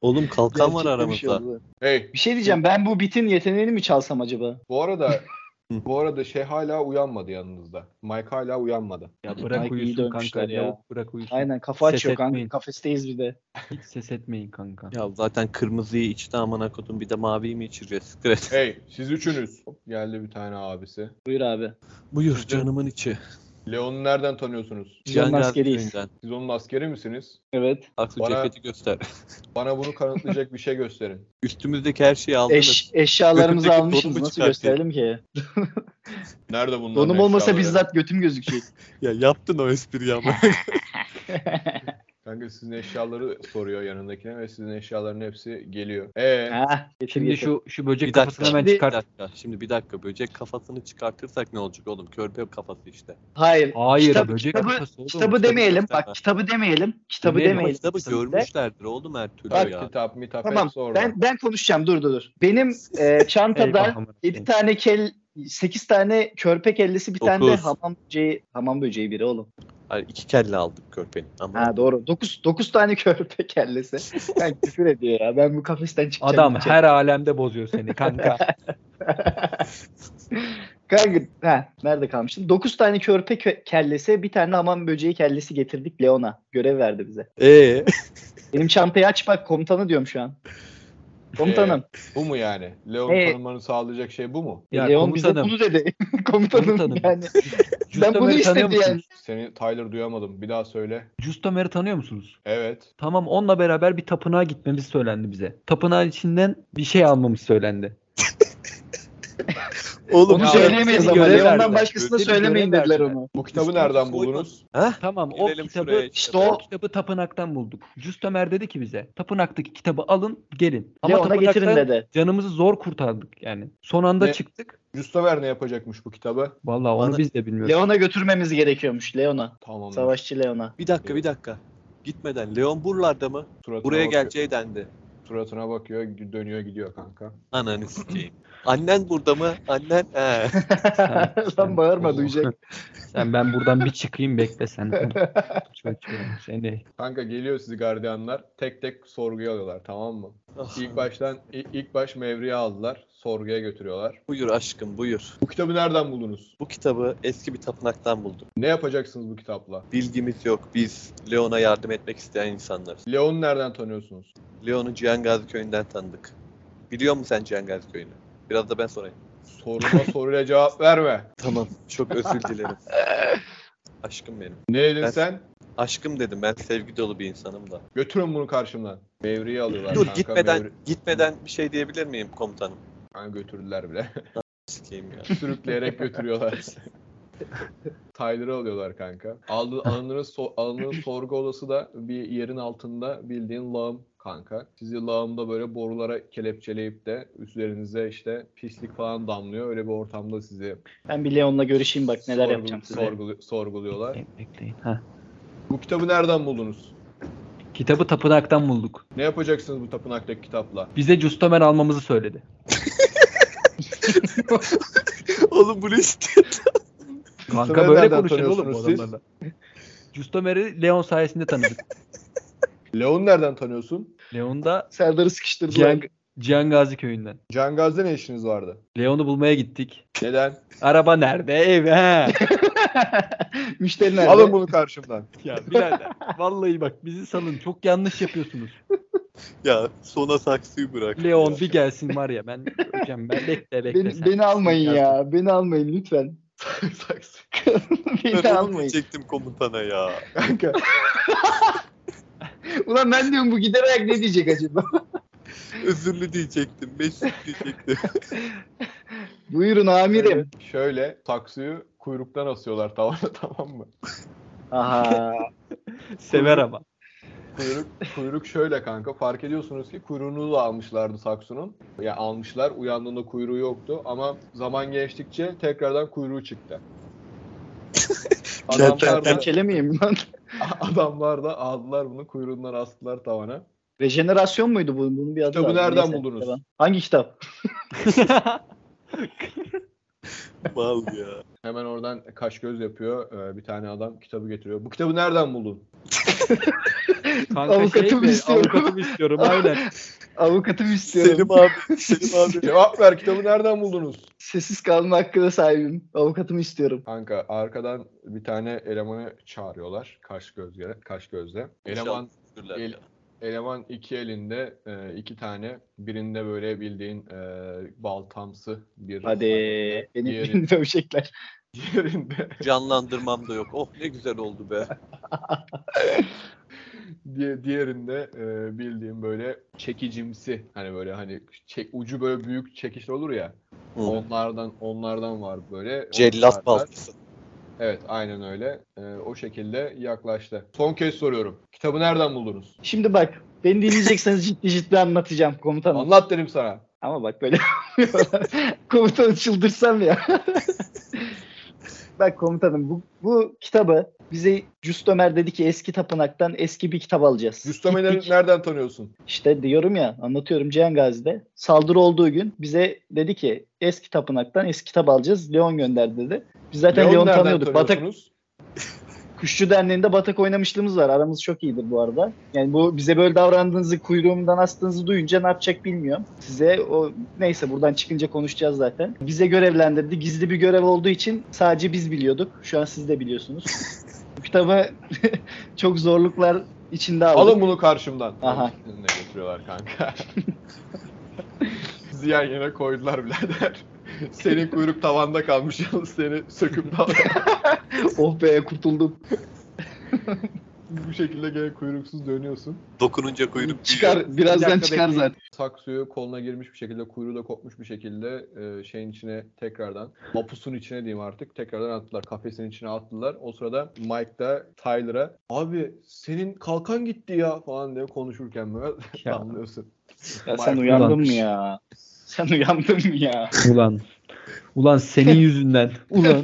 Speaker 2: Oğlum kalkan var
Speaker 4: Gerçekten bir şey
Speaker 2: aramızda.
Speaker 4: oldu.
Speaker 1: Hey
Speaker 4: Bir şey diyeceğim ben bu bitin yeteneğini mi çalsam acaba?
Speaker 1: bu arada bu arada şey hala uyanmadı yanınızda. Mike hala uyanmadı.
Speaker 3: Ya bırak
Speaker 4: Mike iyi
Speaker 3: uyusun kanka.
Speaker 4: dövmüşler ya.
Speaker 3: Lavuk bırak uyusun.
Speaker 4: Aynen kafa
Speaker 3: Ses
Speaker 4: açıyor kanka
Speaker 3: etmeyin.
Speaker 4: kafesteyiz bir de.
Speaker 3: Hiç ses etmeyin kanka.
Speaker 2: Ya zaten kırmızıyı içti amına kodum bir de maviyi mi içireceğiz? Sikret.
Speaker 1: Hey siz üçünüz. Hop, geldi bir tane abisi.
Speaker 4: Buyur abi.
Speaker 2: Buyur canımın içi.
Speaker 1: Leon'u nereden tanıyorsunuz?
Speaker 4: Biz onun
Speaker 2: Can
Speaker 4: askeriyiz.
Speaker 2: Gazköy'ünden.
Speaker 1: Siz onun askeri misiniz?
Speaker 4: Evet.
Speaker 2: Aksu
Speaker 1: Bana-
Speaker 2: ceketi göster.
Speaker 1: Bana bunu kanıtlayacak bir şey gösterin.
Speaker 2: Üstümüzdeki her şeyi aldınız.
Speaker 4: Eş, eşyalarımızı
Speaker 2: Götündeki
Speaker 4: almışız
Speaker 2: donumu
Speaker 4: nasıl
Speaker 2: çıkartayım.
Speaker 4: gösterelim ki?
Speaker 1: Nerede bunlar?
Speaker 4: Donum olmasa bizzat götüm gözükecek.
Speaker 2: Ya yaptın o espriyi ama.
Speaker 1: Kanka sizin eşyaları soruyor yanındakine ve sizin eşyaların hepsi geliyor. Ee,
Speaker 4: Heh, getir,
Speaker 3: Şimdi
Speaker 4: getir.
Speaker 3: şu şu böcek
Speaker 2: Bir dakika.
Speaker 3: kafasını hemen
Speaker 4: Bir-
Speaker 2: bir
Speaker 3: çıkart.
Speaker 2: dakika. Şimdi bir dakika. Böcek kafasını çıkartırsak ne olacak oğlum? Körpe kafası işte.
Speaker 4: Hayır.
Speaker 3: Hayır
Speaker 4: Kitap-
Speaker 3: böcek
Speaker 4: kitabı-
Speaker 3: kafası oğlum.
Speaker 4: Kitabı demeyelim.
Speaker 2: gösterme.
Speaker 4: Bak kitabı demeyelim. Kitabı
Speaker 3: Demeyelim
Speaker 2: Ama
Speaker 4: demeyelim.
Speaker 2: kitabı
Speaker 4: Kitabı
Speaker 2: görmüşlerdir oğlum her türlü
Speaker 1: bak
Speaker 2: ya.
Speaker 1: kitap mitap
Speaker 4: Tamam.
Speaker 1: hepsi orada.
Speaker 4: Ben ben konuşacağım. Dur dur dur. Benim e, çantada
Speaker 3: Eyvah amına
Speaker 4: 7 tane kel 8 tane körpek ellisi bir tane de
Speaker 2: Dokuz.
Speaker 4: hamam böceği hamam böceği biri oğlum.
Speaker 2: Hayır, iki kelle aldık körpenin. Ama
Speaker 4: Ha doğru. 9 9 tane körpek kellesi. Ben küfür ediyor ya. Ben bu kafesten çıkacağım.
Speaker 3: Adam
Speaker 4: gideceğim.
Speaker 3: her alemde bozuyor seni kanka.
Speaker 4: Kanka, ha, nerede kalmıştım? 9 tane körpek kö- kellesi, bir tane hamam böceği kellesi getirdik Leon'a. Görev verdi bize.
Speaker 2: Ee,
Speaker 4: Benim çantayı aç bak komutanı diyorum şu an. Komutanım.
Speaker 1: Bu mu yani? Leon
Speaker 4: Ee,
Speaker 1: tanımanı sağlayacak şey bu mu?
Speaker 3: Ee, Ya
Speaker 4: Leon bize
Speaker 3: komutanım.
Speaker 4: bunu dedi. komutanım,
Speaker 3: Komutanım.
Speaker 4: yani.
Speaker 3: Justomer'i
Speaker 4: bunu istedi
Speaker 3: tanıyor musunuz?
Speaker 4: yani.
Speaker 1: Seni Tyler duyamadım. Bir daha söyle.
Speaker 3: Justomer'i tanıyor musunuz?
Speaker 1: Evet.
Speaker 3: Tamam onunla beraber bir tapınağa gitmemiz söylendi bize. Tapınağın içinden bir şey almamız söylendi.
Speaker 2: oğlum
Speaker 4: Onu
Speaker 2: ya-
Speaker 4: söyleyemeyiz
Speaker 3: seni
Speaker 4: ama.
Speaker 3: görev
Speaker 4: Leon'dan
Speaker 3: verdiler.
Speaker 4: başkasına
Speaker 2: Seni
Speaker 4: söylemeyin
Speaker 2: görev
Speaker 4: dediler
Speaker 2: verdiler.
Speaker 4: onu.
Speaker 1: Bu kitabı nereden buldunuz?
Speaker 2: Ha?
Speaker 3: Tamam o
Speaker 2: Gelelim
Speaker 3: kitabı
Speaker 2: şuraya.
Speaker 4: İşte o
Speaker 3: o kitabı tapınaktan bulduk. Justomer dedi ki bize tapınaktaki kitabı alın gelin. Ama
Speaker 4: Leon'a getirin
Speaker 3: tapınaktan
Speaker 4: dedi.
Speaker 3: canımızı zor kurtardık yani. Son anda
Speaker 1: Ne?
Speaker 3: çıktık.
Speaker 1: Gustaver ne yapacakmış bu kitabı?
Speaker 3: Vallahi onu
Speaker 2: Bana-
Speaker 3: biz de bilmiyoruz.
Speaker 4: Leon'a götürmemiz gerekiyormuş Leon'a.
Speaker 1: Tamam.
Speaker 4: Savaşçı Leon'a.
Speaker 2: Bir dakika bir dakika. Gitmeden. Leon buralarda mı?
Speaker 1: Suratına
Speaker 2: Buraya
Speaker 1: bakıyor-
Speaker 2: geleceği dendi.
Speaker 1: Suratına bakıyor, gü- dönüyor gidiyor kanka.
Speaker 2: Ananı sikeyim. Annen burada mı? Annen he.
Speaker 4: Lan bağırma
Speaker 1: Oğlum.
Speaker 4: duyacak.
Speaker 3: Sen ben buradan bir çıkayım bekle sen. Çocuğum seni.
Speaker 1: Kanka geliyor sizi gardiyanlar. Tek tek sorguya alıyorlar tamam mı?
Speaker 2: Ah,
Speaker 1: İlk baştan i- ilk baş Mevri'ye aldılar. Sorguya götürüyorlar.
Speaker 2: buyur aşkım buyur.
Speaker 1: Bu kitabı nereden buldunuz?
Speaker 2: Bu kitabı eski bir tapınaktan bulduk.
Speaker 1: Ne yapacaksınız bu kitapla?
Speaker 2: Bilgimiz yok. Biz Leon'a yardım etmek isteyen insanlarız.
Speaker 1: Leon'u nereden tanıyorsunuz?
Speaker 2: Leon'u Cihangazi köyünden tanıdık. Biliyor musun sen Cihangazi köyünü? Biraz da ben sorayım.
Speaker 1: Soruma soruyla cevap verme.
Speaker 2: Tamam. Çok özür dilerim. Aşkım benim.
Speaker 1: Ne dedin
Speaker 2: Ben-
Speaker 1: sen?
Speaker 2: Aşkım dedim ben sevgi dolu bir insanım da.
Speaker 1: Götürün bunu karşımdan. Mevri'yi alıyorlar
Speaker 2: Dur
Speaker 1: kanka.
Speaker 2: gitmeden
Speaker 1: Mevri-
Speaker 2: gitmeden bir şey diyebilir miyim komutanım?
Speaker 1: Kanka götürdüler bile.
Speaker 2: Sikeyim ya.
Speaker 1: sürükleyerek götürüyorlar. Tyler'ı alıyorlar kanka. Aldı, alındığınız, so- alındığınız sorgu odası da bir yerin altında bildiğin lağım kanka. Sizi lağımda böyle borulara kelepçeleyip de üzerinize işte pislik falan damlıyor. Öyle bir ortamda sizi
Speaker 4: Ben bir Leon'la görüşeyim bak neler
Speaker 1: sorgu-
Speaker 4: yapacağım size.
Speaker 1: sorgulu- sorguluyorlar.
Speaker 3: Bekleyin, Bekleyin. Ha.
Speaker 1: Bu kitabı nereden buldunuz?
Speaker 3: Kitabı tapınaktan bulduk.
Speaker 1: Ne yapacaksınız bu tapınaktaki kitapla?
Speaker 3: Bize Justomer almamızı söyledi.
Speaker 2: Oğlum bu ne şiddet?
Speaker 3: Kanka
Speaker 1: Justomer'i
Speaker 3: böyle
Speaker 1: nereden
Speaker 3: konuşuyor oğlum bu
Speaker 1: tanıyorsunuz siz?
Speaker 3: adamlarla. Justomer'i Leon sayesinde tanıdık.
Speaker 1: Leon nereden tanıyorsun?
Speaker 3: Leon da
Speaker 4: Serdar'ı sıkıştırdılar.
Speaker 3: Cihang- Cihangazi köyünden.
Speaker 1: Cangaz'da ne işiniz vardı?
Speaker 3: Leon'u bulmaya gittik.
Speaker 1: Neden?
Speaker 3: Araba nerede? Ev he.
Speaker 4: Müşteri nerede?
Speaker 1: Alın bunu karşımdan.
Speaker 3: ya birader. Vallahi bak bizi salın. Çok yanlış yapıyorsunuz.
Speaker 2: Ya sona saksıyı bırak.
Speaker 3: Leon
Speaker 2: Ya.
Speaker 3: bir gelsin var ya ben hocam ben bekle bekle.
Speaker 4: Beni,
Speaker 3: sen.
Speaker 4: beni almayın
Speaker 3: Sen
Speaker 4: ya. Beni almayın lütfen.
Speaker 2: Ben
Speaker 4: beni
Speaker 3: şey
Speaker 2: onu
Speaker 4: almayın.
Speaker 2: diyecektim komutana ya.
Speaker 1: Kanka
Speaker 4: Ulan ben diyorum bu gider ayak ne diyecek acaba?
Speaker 6: Özürlü diyecektim. Mesut diyecektim.
Speaker 4: Buyurun amirim.
Speaker 1: Evet, Şöyle taksiyi kuyruktan asıyorlar tavana tamam mı?
Speaker 4: Aha.
Speaker 3: Sever ama.
Speaker 1: Kuyruk, kuyruk şöyle kanka fark ediyorsunuz ki kuyruğunu da almışlardı Saksun'un. Ya almışlar uyandığında kuyruğu yoktu ama zaman geçtikçe tekrardan kuyruğu çıktı. adamlar, da,
Speaker 4: Kele miyim lan?
Speaker 1: adamlar da aldılar bunu kuyruğundan astılar tavana.
Speaker 4: Rejenerasyon muydu bu? Bunun bir adı
Speaker 1: Kitabı
Speaker 4: vardı.
Speaker 1: nereden
Speaker 4: Neyse,
Speaker 1: buldunuz?
Speaker 4: devam. Hangi kitap?
Speaker 6: Mal ya.
Speaker 1: Hemen oradan kaş göz yapıyor. Ee, Bir tane adam kitabı getiriyor. Bu kitabı nereden buldun?
Speaker 3: Kanka
Speaker 4: Avukatımı
Speaker 3: şey mi?
Speaker 4: istiyorum.
Speaker 3: Avukatımı istiyorum aynen.
Speaker 4: Avukatım istiyorum.
Speaker 6: Selim abi. Selim abi.
Speaker 1: Cevap ver kitabı nereden buldunuz?
Speaker 4: Sessiz kalma hakkına sahibim. Avukatımı istiyorum.
Speaker 1: Kanka arkadan bir tane elemanı çağırıyorlar. Kaş göz kaş gözle. Eleman el- eleman iki elinde e, iki tane birinde böyle bildiğin e, baltamsı bir
Speaker 4: Hadi. Beni
Speaker 1: Diğeri.
Speaker 4: beni dövecekler.
Speaker 1: diğerinde
Speaker 6: Canlandırmam da yok. Oh ne güzel oldu be.
Speaker 1: di- diğerinde e, bildiğin böyle çekicimsi hani böyle hani çek, ucu böyle büyük çekiş olur ya. Onlardan onlardan var böyle.
Speaker 6: Cellat
Speaker 1: Onlardan-
Speaker 6: baltası.
Speaker 1: Evet aynen öyle. E, o şekilde yaklaştı. Son kez soruyorum. Kitabı nereden buldunuz?
Speaker 4: Şimdi bak. Beni dinleyecekseniz ciddi ciddi anlatacağım komutanım.
Speaker 1: Anlat dedim sana.
Speaker 4: Ama bak böyle komutanı çıldırsam ya. bak komutanım bu, bu kitabı bize Cüst Ömer dedi ki eski tapınaktan eski bir kitap alacağız.
Speaker 1: Rüstem
Speaker 4: Gittik.
Speaker 1: nereden tanıyorsun?
Speaker 4: İşte diyorum ya anlatıyorum Cihan Gazi'de. Saldırı olduğu gün bize dedi ki eski tapınaktan eski kitap alacağız. Leon gönderdi dedi. Biz zaten
Speaker 1: Leon
Speaker 4: Leon
Speaker 1: nereden
Speaker 4: tanıyorduk. Batak
Speaker 1: tanıyorsunuz?
Speaker 4: Kuşçu Derneği'nde batak oynamışlığımız var. Aramız çok iyidir bu arada. Yani bu bize böyle davrandığınızı, kuyruğumdan astığınızı duyunca ne yapacak bilmiyorum. Size o neyse buradan çıkınca konuşacağız zaten. Bize görevlendirdi. Gizli bir görev olduğu için sadece biz biliyorduk. Şu an siz de biliyorsunuz. bu kitabı çok zorluklar içinde aldık.
Speaker 1: Alın bunu karşımdan.
Speaker 4: Aha.
Speaker 1: Ne getiriyorlar kanka. Bizi yan yana koydular birader. Senin kuyruk tavanda kalmış yalnız seni söküp dal.
Speaker 4: Oh be kurtuldum.
Speaker 1: Bu şekilde gene kuyruksuz dönüyorsun.
Speaker 6: Dokununca kuyruk büyüyor.
Speaker 4: Çıkar. Birazdan
Speaker 1: dakika
Speaker 4: çıkar
Speaker 1: bekleyin.
Speaker 4: zaten.
Speaker 1: Saksıya koluna girmiş bir şekilde kuyruğu da kopmuş bir şekilde e, şeyin içine tekrardan mapusun içine diyeyim artık tekrardan attılar. Kafesin içine attılar. O sırada Mike da Tyler'a abi senin kalkan gitti ya falan diye konuşurken böyle
Speaker 3: Ya.
Speaker 1: anlıyorsun.
Speaker 4: Ya sen
Speaker 1: Mark
Speaker 4: uyandın mı
Speaker 3: Ulanmış.
Speaker 4: ya? Sen uyandın mı ya?
Speaker 3: Ulan. Ulan senin yüzünden. Ulan.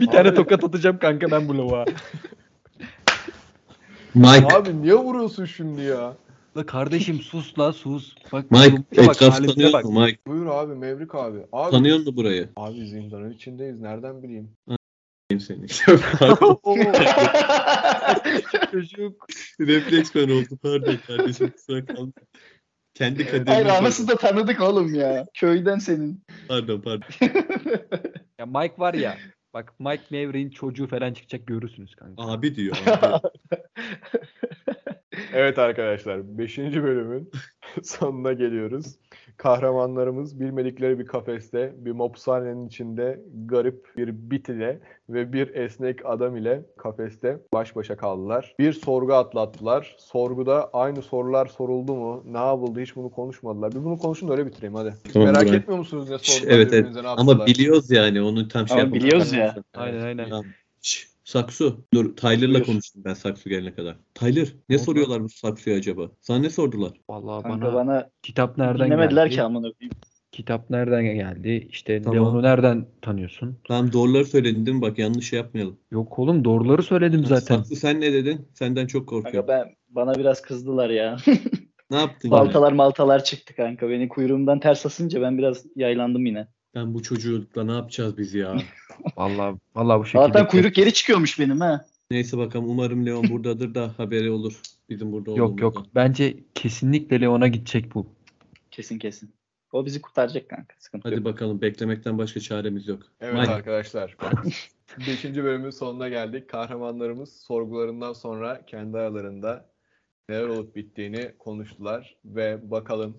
Speaker 3: bir tane tokat atacağım kanka ben bu lavuğa.
Speaker 2: Mike,
Speaker 1: Abi niye vuruyorsun şimdi ya?
Speaker 3: La kardeşim sus la sus. Bak,
Speaker 2: Mike
Speaker 3: bak,
Speaker 2: etrafı
Speaker 3: halimize
Speaker 2: tanıyor
Speaker 3: bak.
Speaker 2: musun? Mike
Speaker 1: Buyur abi Mevrik abi. Abi,
Speaker 2: tanıyor musun burayı?
Speaker 1: abi zindanın içindeyiz. Nereden bileyim?
Speaker 2: Benim seni. Pardon,
Speaker 3: Çocuk.
Speaker 2: Refleks ben oldu. Pardon kardeşim kusura kalma. Kendi
Speaker 4: Hayır
Speaker 2: kaderimi
Speaker 4: anası da tanıdık oğlum ya. Köyden senin.
Speaker 2: Pardon pardon.
Speaker 3: Ya Mike var ya. Bak Mike Maverick'in çocuğu falan çıkacak görürsünüz kanka.
Speaker 2: Abi diyor. Abi.
Speaker 1: Evet arkadaşlar 5. bölümün sonuna geliyoruz. Kahramanlarımız bilmedikleri bir kafeste, bir mapushanenin içinde garip bir bit ile ve bir esnek adam ile kafeste baş başa kaldılar. Bir sorgu atlattılar. Sorguda aynı sorular soruldu mu? Ne yapıldı? Hiç bunu konuşmadılar. Bir bunu konuşun da öyle bitireyim hadi.
Speaker 2: Tamam,
Speaker 1: Merak
Speaker 2: Burak.
Speaker 1: etmiyor musunuz ne sordular
Speaker 2: Evet, evet.
Speaker 1: birbirinize, ne
Speaker 2: Ama
Speaker 1: yaptılar?
Speaker 2: biliyoruz yani onu tam şey
Speaker 4: Ama
Speaker 2: yapamadım.
Speaker 4: biliyoruz ya.
Speaker 3: Aynen aynen.
Speaker 2: Ya, şş, Saksu. Dur Tyler'la
Speaker 1: Buyur.
Speaker 2: konuştum ben Saksu gelene kadar. Tyler ne
Speaker 3: Oldu.
Speaker 2: soruyorlar bu Saksu'ya acaba? Sana ne sordular?
Speaker 3: Vallahi
Speaker 4: Kanka
Speaker 3: bana,
Speaker 4: bana
Speaker 3: kitap nereden
Speaker 4: dinlemediler
Speaker 3: geldi?
Speaker 4: ki amına koyayım.
Speaker 3: Kitap nereden geldi? İşte
Speaker 2: Tamam.
Speaker 3: Leon'u nereden tanıyorsun?
Speaker 2: Tamam doğruları söyledin değil mi? Bak yanlış şey yapmayalım.
Speaker 3: Yok oğlum doğruları söyledim zaten.
Speaker 2: Saksu sen ne dedin? Senden çok korkuyorum.
Speaker 4: Kanka ben bana biraz kızdılar ya.
Speaker 2: Ne yaptın? yine?
Speaker 4: Baltalar maltalar çıktı kanka. Beni kuyruğumdan ters asınca ben biraz yaylandım yine.
Speaker 2: Ben bu çocukla ne yapacağız biz ya?
Speaker 3: Vallahi vallahi bu şekilde.
Speaker 4: Zaten kuyruk geri çıkıyormuş benim ha.
Speaker 2: Neyse bakalım umarım Leon buradadır da haberi olur. Bizim burada
Speaker 3: Yok yok.
Speaker 2: olduğumuzdan.
Speaker 3: Bence kesinlikle Leon'a gidecek bu.
Speaker 4: Kesin kesin. O bizi kurtaracak kanka. Sıkıntı
Speaker 2: Hadi bakalım beklemekten başka çaremiz yok.
Speaker 1: Evet
Speaker 2: Mike,
Speaker 1: arkadaşlar. 5. bölümün sonuna geldik. Kahramanlarımız sorgularından sonra kendi aralarında neler olup bittiğini konuştular ve bakalım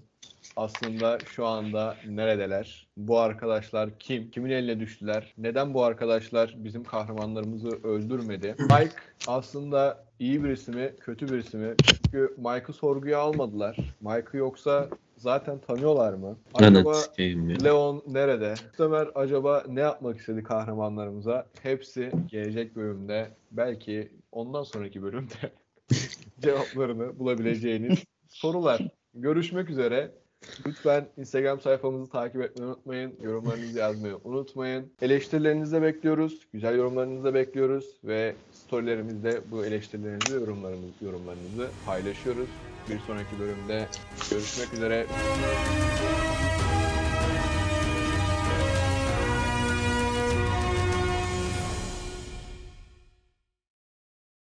Speaker 1: aslında şu anda neredeler? Bu arkadaşlar kim? Kimin eline düştüler? Neden bu arkadaşlar bizim kahramanlarımızı öldürmedi? Mike aslında iyi birisi mi, kötü birisi mi? Çünkü Mike'ı sorguya almadılar. Mike'ı yoksa zaten tanıyorlar mı? Acaba
Speaker 2: Ananı sikeyim ya.
Speaker 1: Leon nerede? Ömer acaba ne yapmak istedi kahramanlarımıza? Hepsi gelecek bölümde belki ondan sonraki bölümde cevaplarını bulabileceğiniz sorular. Görüşmek üzere. Lütfen Instagram sayfamızı takip etmeyi unutmayın. Yorumlarınızı yazmayı unutmayın. Eleştirilerinizi de bekliyoruz. Güzel yorumlarınızı da bekliyoruz. Ve storylerimizde bu eleştirilerinizi ve yorumlarımız, yorumlarınızı paylaşıyoruz. Bir sonraki bölümde görüşmek üzere.